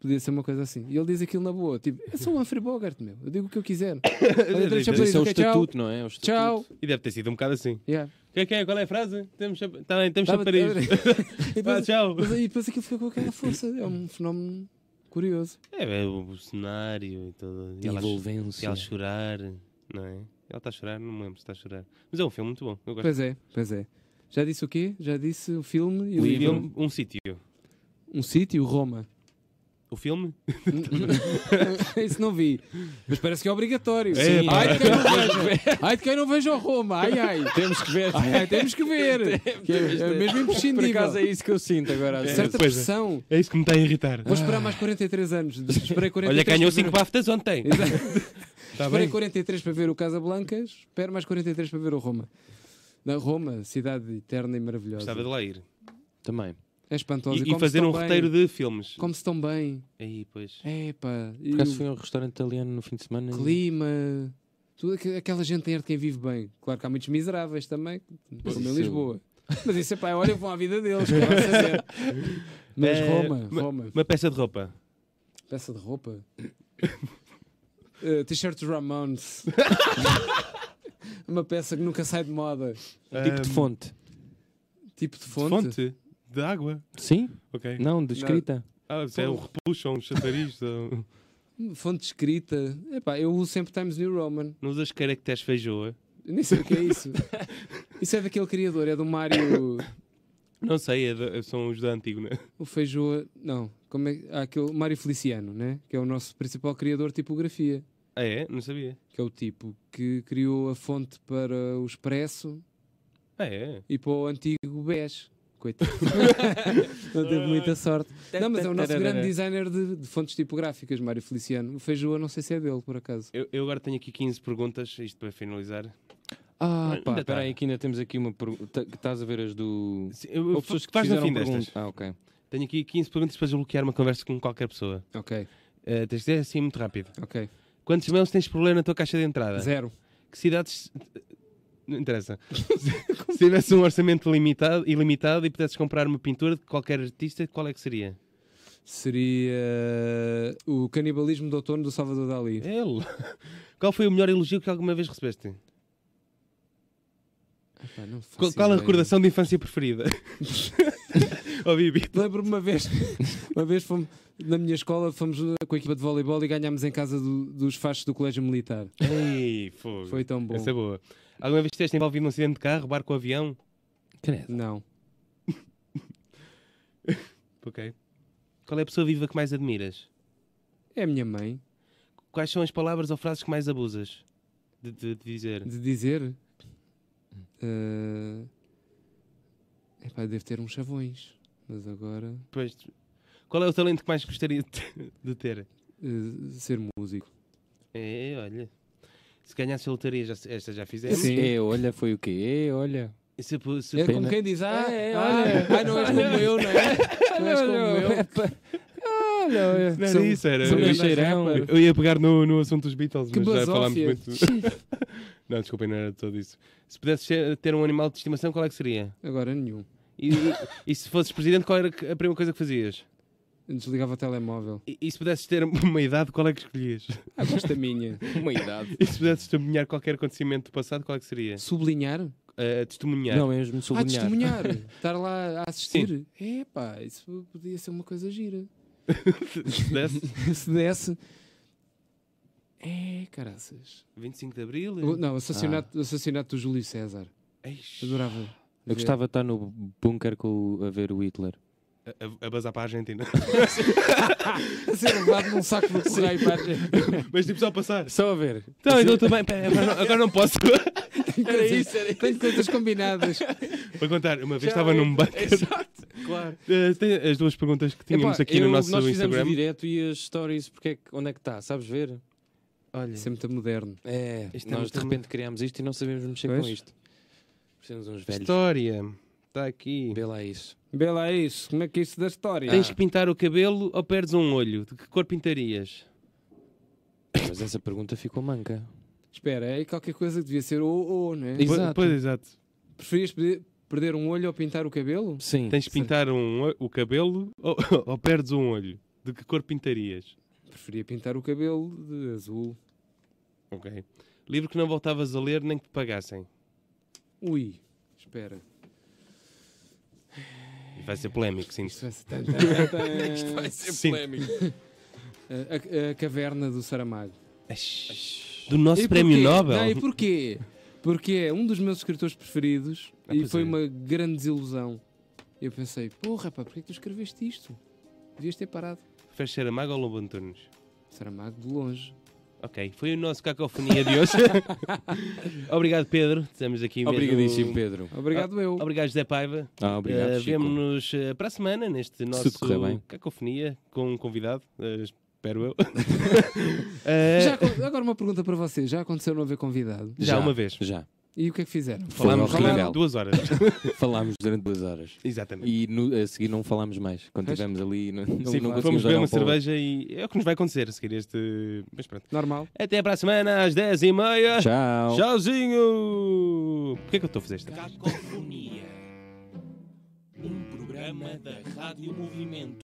Speaker 3: Podia ser uma coisa assim. E ele diz aquilo na boa. Tipo, eu sou o Humphrey Bogart, meu. Eu digo o que
Speaker 2: [laughs]
Speaker 3: eu quiser. Olha, teremos sempre
Speaker 2: Mas
Speaker 3: Paris.
Speaker 2: esse é o
Speaker 3: ok, tchau.
Speaker 2: estatuto, não é? É o estatuto.
Speaker 3: Tchau.
Speaker 1: E deve ter sido um bocado assim.
Speaker 3: Yeah.
Speaker 1: Que é que é? Qual é a frase? Temos sempre- tá
Speaker 2: Um
Speaker 1: bem, temos
Speaker 3: Dava-
Speaker 1: sempre Paris.
Speaker 3: [laughs] E
Speaker 1: Ah,
Speaker 2: [laughs]
Speaker 3: depois-
Speaker 1: tchau.
Speaker 3: mas- e depois aquilo fica com aquela força. É um fenómeno curioso.
Speaker 1: É, é o, o cenário e tudo. E é. ela, a- e
Speaker 2: Envolvência.
Speaker 1: ela a
Speaker 2: [laughs]
Speaker 1: chorar, não é? Ela está a chorar, não me lembro se está a chorar. Mas é um filme muito bom. Eu gosto.
Speaker 3: Pois é, pois é. Já disse o quê? Já disse o filme e o
Speaker 1: Um
Speaker 3: livro.
Speaker 1: filme, um sítio.
Speaker 2: [laughs]
Speaker 3: Um sítio, Roma.
Speaker 1: O o filme?
Speaker 3: Isso não vi. Mas parece que é obrigatório.
Speaker 1: É, pá.
Speaker 3: ai, de quem não veja. ai de quem não veja o Roma. Ai, ai.
Speaker 2: Temos que ver.
Speaker 3: Ai, ai, temos
Speaker 2: [laughs]
Speaker 3: que ver. Que é, é mesmo
Speaker 2: Por
Speaker 3: imprescindível.
Speaker 2: acaso é isso que eu sinto agora. às vezes.
Speaker 3: Certa
Speaker 1: pois é.
Speaker 3: pressão.
Speaker 1: É isso que me está a irritar.
Speaker 3: Vou esperar mais 43 anos. Esperei 43
Speaker 1: Olha, ganhou
Speaker 3: para ver
Speaker 1: 5 BAFTAs ontem.
Speaker 3: o- Exato.
Speaker 1: Está
Speaker 3: Esperei
Speaker 1: bem?
Speaker 3: 43 para ver o Casablancas. Espero mais 43 para ver o Roma. Na Roma, cidade eterna e maravilhosa.
Speaker 1: Gostava de lá ir.
Speaker 2: Também.
Speaker 3: É espantosa.
Speaker 1: E, e
Speaker 3: come-se
Speaker 1: fazer
Speaker 3: tão
Speaker 1: um
Speaker 3: bem.
Speaker 1: roteiro de filmes.
Speaker 3: Come-se tão bem.
Speaker 1: Aí, pois.
Speaker 3: Epá. E
Speaker 2: Por acaso
Speaker 3: o
Speaker 2: fui a um restaurante italiano no fim de semana.
Speaker 1: um-
Speaker 2: e-
Speaker 3: clima. Tudo aqu- aquela gente tem arte quem vive bem. Claro que há muitos miseráveis também, como em
Speaker 1: é
Speaker 2: isso-
Speaker 3: Lisboa. Mas isso é pá, olha, vão à vida deles. que vai saber.
Speaker 1: [laughs]
Speaker 3: Mas
Speaker 1: Eh,
Speaker 3: Roma,
Speaker 1: ma-
Speaker 3: Roma.
Speaker 1: Uma peça de roupa.
Speaker 3: Peça de roupa. [coughs] Eh, T-shirt Ramones. Uma peça que nunca sai de moda.
Speaker 2: Tipo
Speaker 3: Ah.
Speaker 2: de fonte.
Speaker 3: Tipo de
Speaker 1: De
Speaker 3: fonte.
Speaker 1: fonte? De água?
Speaker 2: Sim?
Speaker 1: Ok.
Speaker 2: Não, de escrita.
Speaker 1: Ah, isso é um repuxo, um chafariz. um-
Speaker 3: Fonte escrita. Epá, eu uso sempre Times New Roman.
Speaker 1: [laughs] Não usas caracteres feijoa?
Speaker 3: Eu nem sei o que é isso. isso é daquele criador, é do Mário.
Speaker 1: Não sei, é da- são os da né? Antígona.
Speaker 3: O Feijoa. Não, como é que. Há aquele Mário Feliciano, né? Que é o nosso principal criador de tipografia.
Speaker 1: Ah, é? Não sabia.
Speaker 3: Que é o tipo que criou a fonte para o Expresso
Speaker 1: Ah, é?
Speaker 3: e para o antigo BES. Coitado. Não teve muita sorte. Não, mas é o nosso grande designer de, de fontes tipográficas, Mário Feliciano. O Feijoa, não sei se é dele, por acaso.
Speaker 1: Eu, eu agora tenho aqui 15 perguntas, isto para finalizar.
Speaker 2: Ah, pá,
Speaker 1: Ainda tá.
Speaker 2: espera aí, que ainda temos aqui uma pergunta. Estás a ver as do.
Speaker 1: Se- eu-
Speaker 2: Ou
Speaker 1: eu-
Speaker 2: pessoas que
Speaker 1: faz no
Speaker 2: fizeram
Speaker 1: fim
Speaker 2: pergunta-
Speaker 1: destas.
Speaker 2: Ah, ok.
Speaker 1: Tenho aqui 15 perguntas para desbloquear uma conversa com qualquer pessoa.
Speaker 3: Ok,
Speaker 1: Eh, tens de ser assim muito rápido.
Speaker 3: ok.
Speaker 1: Quantos mãos tens por ler na tua caixa de entrada?
Speaker 3: Zero.
Speaker 1: Que cidades. Não [laughs] interessa. Se tivesse um orçamento limitado, ilimitado e pudesses comprar uma pintura de qualquer artista, qual é que seria?
Speaker 3: Seria uh, o canibalismo de outono do Salvador Dali.
Speaker 1: Ele. Qual foi o melhor elogio que alguma vez recebeste?
Speaker 3: Epá, não faço
Speaker 1: Qual, qual a
Speaker 3: ideia.
Speaker 1: recordação de infância [laughs] preferida? Ó Bibi.
Speaker 3: Lembro-me uma vez, [laughs] uma vez fomos, na minha escola fomos uh, com a equipa de voleibol e ganhámos em casa do- dos fachos do Colégio Militar.
Speaker 1: Ei, fogo.
Speaker 3: Foi tão bom.
Speaker 1: Essa é boa. Alguma vez estiveste envolvido num acidente de carro, barco ou avião?
Speaker 2: Credo.
Speaker 3: Não.
Speaker 1: Ok. Qual é a pessoa viva que mais admiras?
Speaker 3: É a minha mãe
Speaker 1: Quais são as palavras ou frases que mais abusas de, de- de dizer?
Speaker 3: de dizer. uh, eh, Epá, deve ter uns chavões. Mas agora.
Speaker 1: Pois, qual é o talento que mais gostaria de te- de ter?
Speaker 3: eh, ser músico.
Speaker 1: É, olha. Se ganhasse a lotaria, já, esta já fizemos.
Speaker 3: Sim.
Speaker 2: É, olha, foi o quê? É, olha.
Speaker 1: E Se, pu- se,
Speaker 3: É como
Speaker 2: Pena.
Speaker 3: quem diz, ah,
Speaker 2: É,
Speaker 3: ah,
Speaker 2: olha.
Speaker 3: ah, não és como eu,
Speaker 1: [laughs]
Speaker 3: não é? Não és como eu.
Speaker 2: Olha, olha.
Speaker 1: não era
Speaker 3: sou- um
Speaker 1: isso, era.
Speaker 3: sou
Speaker 1: eu-
Speaker 3: grande
Speaker 2: cheirão.
Speaker 3: rapper.
Speaker 1: Eu ia pegar no, no assunto dos Beatles,
Speaker 3: Que
Speaker 1: mas já falámos
Speaker 3: basófia.
Speaker 2: [laughs]
Speaker 1: muito. [laughs] não, desculpem, não era de todo isso. Se pudesses ser- ter um animal de estimação, qual é que seria?
Speaker 3: Agora nenhum.
Speaker 1: E, [laughs] e- e se fosses presidente, qual era a primeira coisa que fazias?
Speaker 3: Desligava o telemóvel.
Speaker 1: E, e se pudesses ter uma idade, qual é que escolhias? [laughs]
Speaker 3: Ah, gosto da
Speaker 2: [laughs]
Speaker 3: minha.
Speaker 2: Uma idade.
Speaker 1: E se pudesses testemunhar qualquer acontecimento do passado, qual é que seria?
Speaker 3: Sublinhar?
Speaker 1: Eh, testemunhar.
Speaker 2: Não, é mesmo
Speaker 3: Ah,
Speaker 2: sublinhar.
Speaker 3: testemunhar. Estar lá a assistir. É pá, isso podia ser uma coisa gira.
Speaker 1: [laughs] Se pudesses,
Speaker 3: Se desse. É, caraças.
Speaker 1: 25 de Abril.
Speaker 3: O- Não, o assassinato, o assassinato do Júlio César.
Speaker 1: Eish.
Speaker 3: Adorava. ver.
Speaker 2: Ah. Eu gostava de estar no bunker com o- a ver o Hitler.
Speaker 1: A- A, a bazar para a Argentina. [laughs]
Speaker 3: A [laughs] ser levado num
Speaker 2: [laughs]
Speaker 3: saco de correio para a-
Speaker 1: mas tipo só a passar.
Speaker 2: Só a ver.
Speaker 1: Então, então também.
Speaker 2: É,
Speaker 1: Pera, agora, não, agora não posso. [laughs]
Speaker 3: Era isso, era isso. Tenho coisas combinadas.
Speaker 1: Vou contar. Uma vez
Speaker 2: é-
Speaker 1: estava num banco.
Speaker 2: Exato, claro.
Speaker 1: [laughs] Eh, tem as duas perguntas que tínhamos aqui no nosso
Speaker 2: nós fizemos
Speaker 1: Instagram.
Speaker 2: o direto e as stories, porque é que- onde é que está? Sabes ver?
Speaker 1: Olha,
Speaker 3: Isso é muito moderno.
Speaker 2: É,
Speaker 1: Isto é
Speaker 2: nós
Speaker 1: muito
Speaker 2: de repente criámos isto e não sabemos mexer
Speaker 3: Pois.
Speaker 2: com isto. Precisamos uns velhos. Ah.
Speaker 1: história. Está aqui.
Speaker 2: Vê lá isso.
Speaker 3: Vê lá isso. Como é que é isso da história?
Speaker 1: Tens que pintar o cabelo ou perdes um olho? De que cor pintarias?
Speaker 2: Mas essa pergunta ficou manca.
Speaker 3: Espera, é qualquer coisa que devia ser ou ou, não é?
Speaker 2: Exato.
Speaker 1: Pois- Pois, exato.
Speaker 3: Preferias pe- perder um olho ou pintar o cabelo?
Speaker 2: Sim.
Speaker 1: Tens de pintar um, o- o cabelo ou, [laughs] ou perdes um olho? De que cor pintarias?
Speaker 3: Preferia pintar o cabelo de azul.
Speaker 1: Ok. Livro que não voltavas a ler nem que te pagassem.
Speaker 3: Ui, espera.
Speaker 1: E vai ser polémico, sim.
Speaker 3: Isto vai [laughs] ser tan, tan, tan.
Speaker 1: Sim.
Speaker 3: A, a- a caverna do Saramago.
Speaker 1: Do nosso
Speaker 3: E
Speaker 1: prémio
Speaker 3: porquê?
Speaker 1: Nobel?
Speaker 3: Não, e porquê? Porque é um dos meus escritores preferidos
Speaker 1: Ah,
Speaker 3: e
Speaker 1: pois
Speaker 3: foi
Speaker 1: é.
Speaker 3: uma grande desilusão. Eu pensei, porra, pá, porquê é que tu escreveste isto? Devias ter parado.
Speaker 1: Prefere Saramago ou Lobo Antunes?
Speaker 3: Saramago de longe.
Speaker 1: Ok, foi o nosso Cacofonia de hoje. Obrigado, Pedro. Estamos aqui mesmo-
Speaker 2: Obrigadíssimo, Pedro.
Speaker 3: Obrigado eu.
Speaker 1: Obrigado, José Paiva.
Speaker 2: Ah, obrigado,
Speaker 1: Eh,
Speaker 2: Chico.
Speaker 1: Vemo-nos eh, para a semana neste nosso
Speaker 2: tudo correr bem. um
Speaker 1: Cacofonia com um convidado, eh, espero eu. Eh,
Speaker 3: Já acon- agora uma pergunta para vocês. Já aconteceu não haver convidado?
Speaker 1: já uma vez.
Speaker 2: Já.
Speaker 3: E o que é que fizeram?
Speaker 2: Falámos
Speaker 1: Falámos
Speaker 2: horrível.
Speaker 1: duas
Speaker 2: [laughs]
Speaker 1: horas.
Speaker 2: Falámos durante duas horas.
Speaker 1: Exatamente.
Speaker 2: E no- a seguir não falámos mais. Quando
Speaker 3: Pois.
Speaker 2: estivemos ali, não, não,
Speaker 1: Sim,
Speaker 2: não
Speaker 1: fomos
Speaker 2: conseguimos
Speaker 1: beber
Speaker 2: olhar
Speaker 1: uma
Speaker 2: um para o outro.
Speaker 1: cerveja e é o que nos vai acontecer a seguir este. Mas pronto.
Speaker 3: Normal.
Speaker 1: Até para a semana às 10h30.
Speaker 2: Tchau.
Speaker 1: Tchauzinho! Porquê que eu estou a fazer esta?
Speaker 4: Cacofonia. Um programa da Rádio Movimento.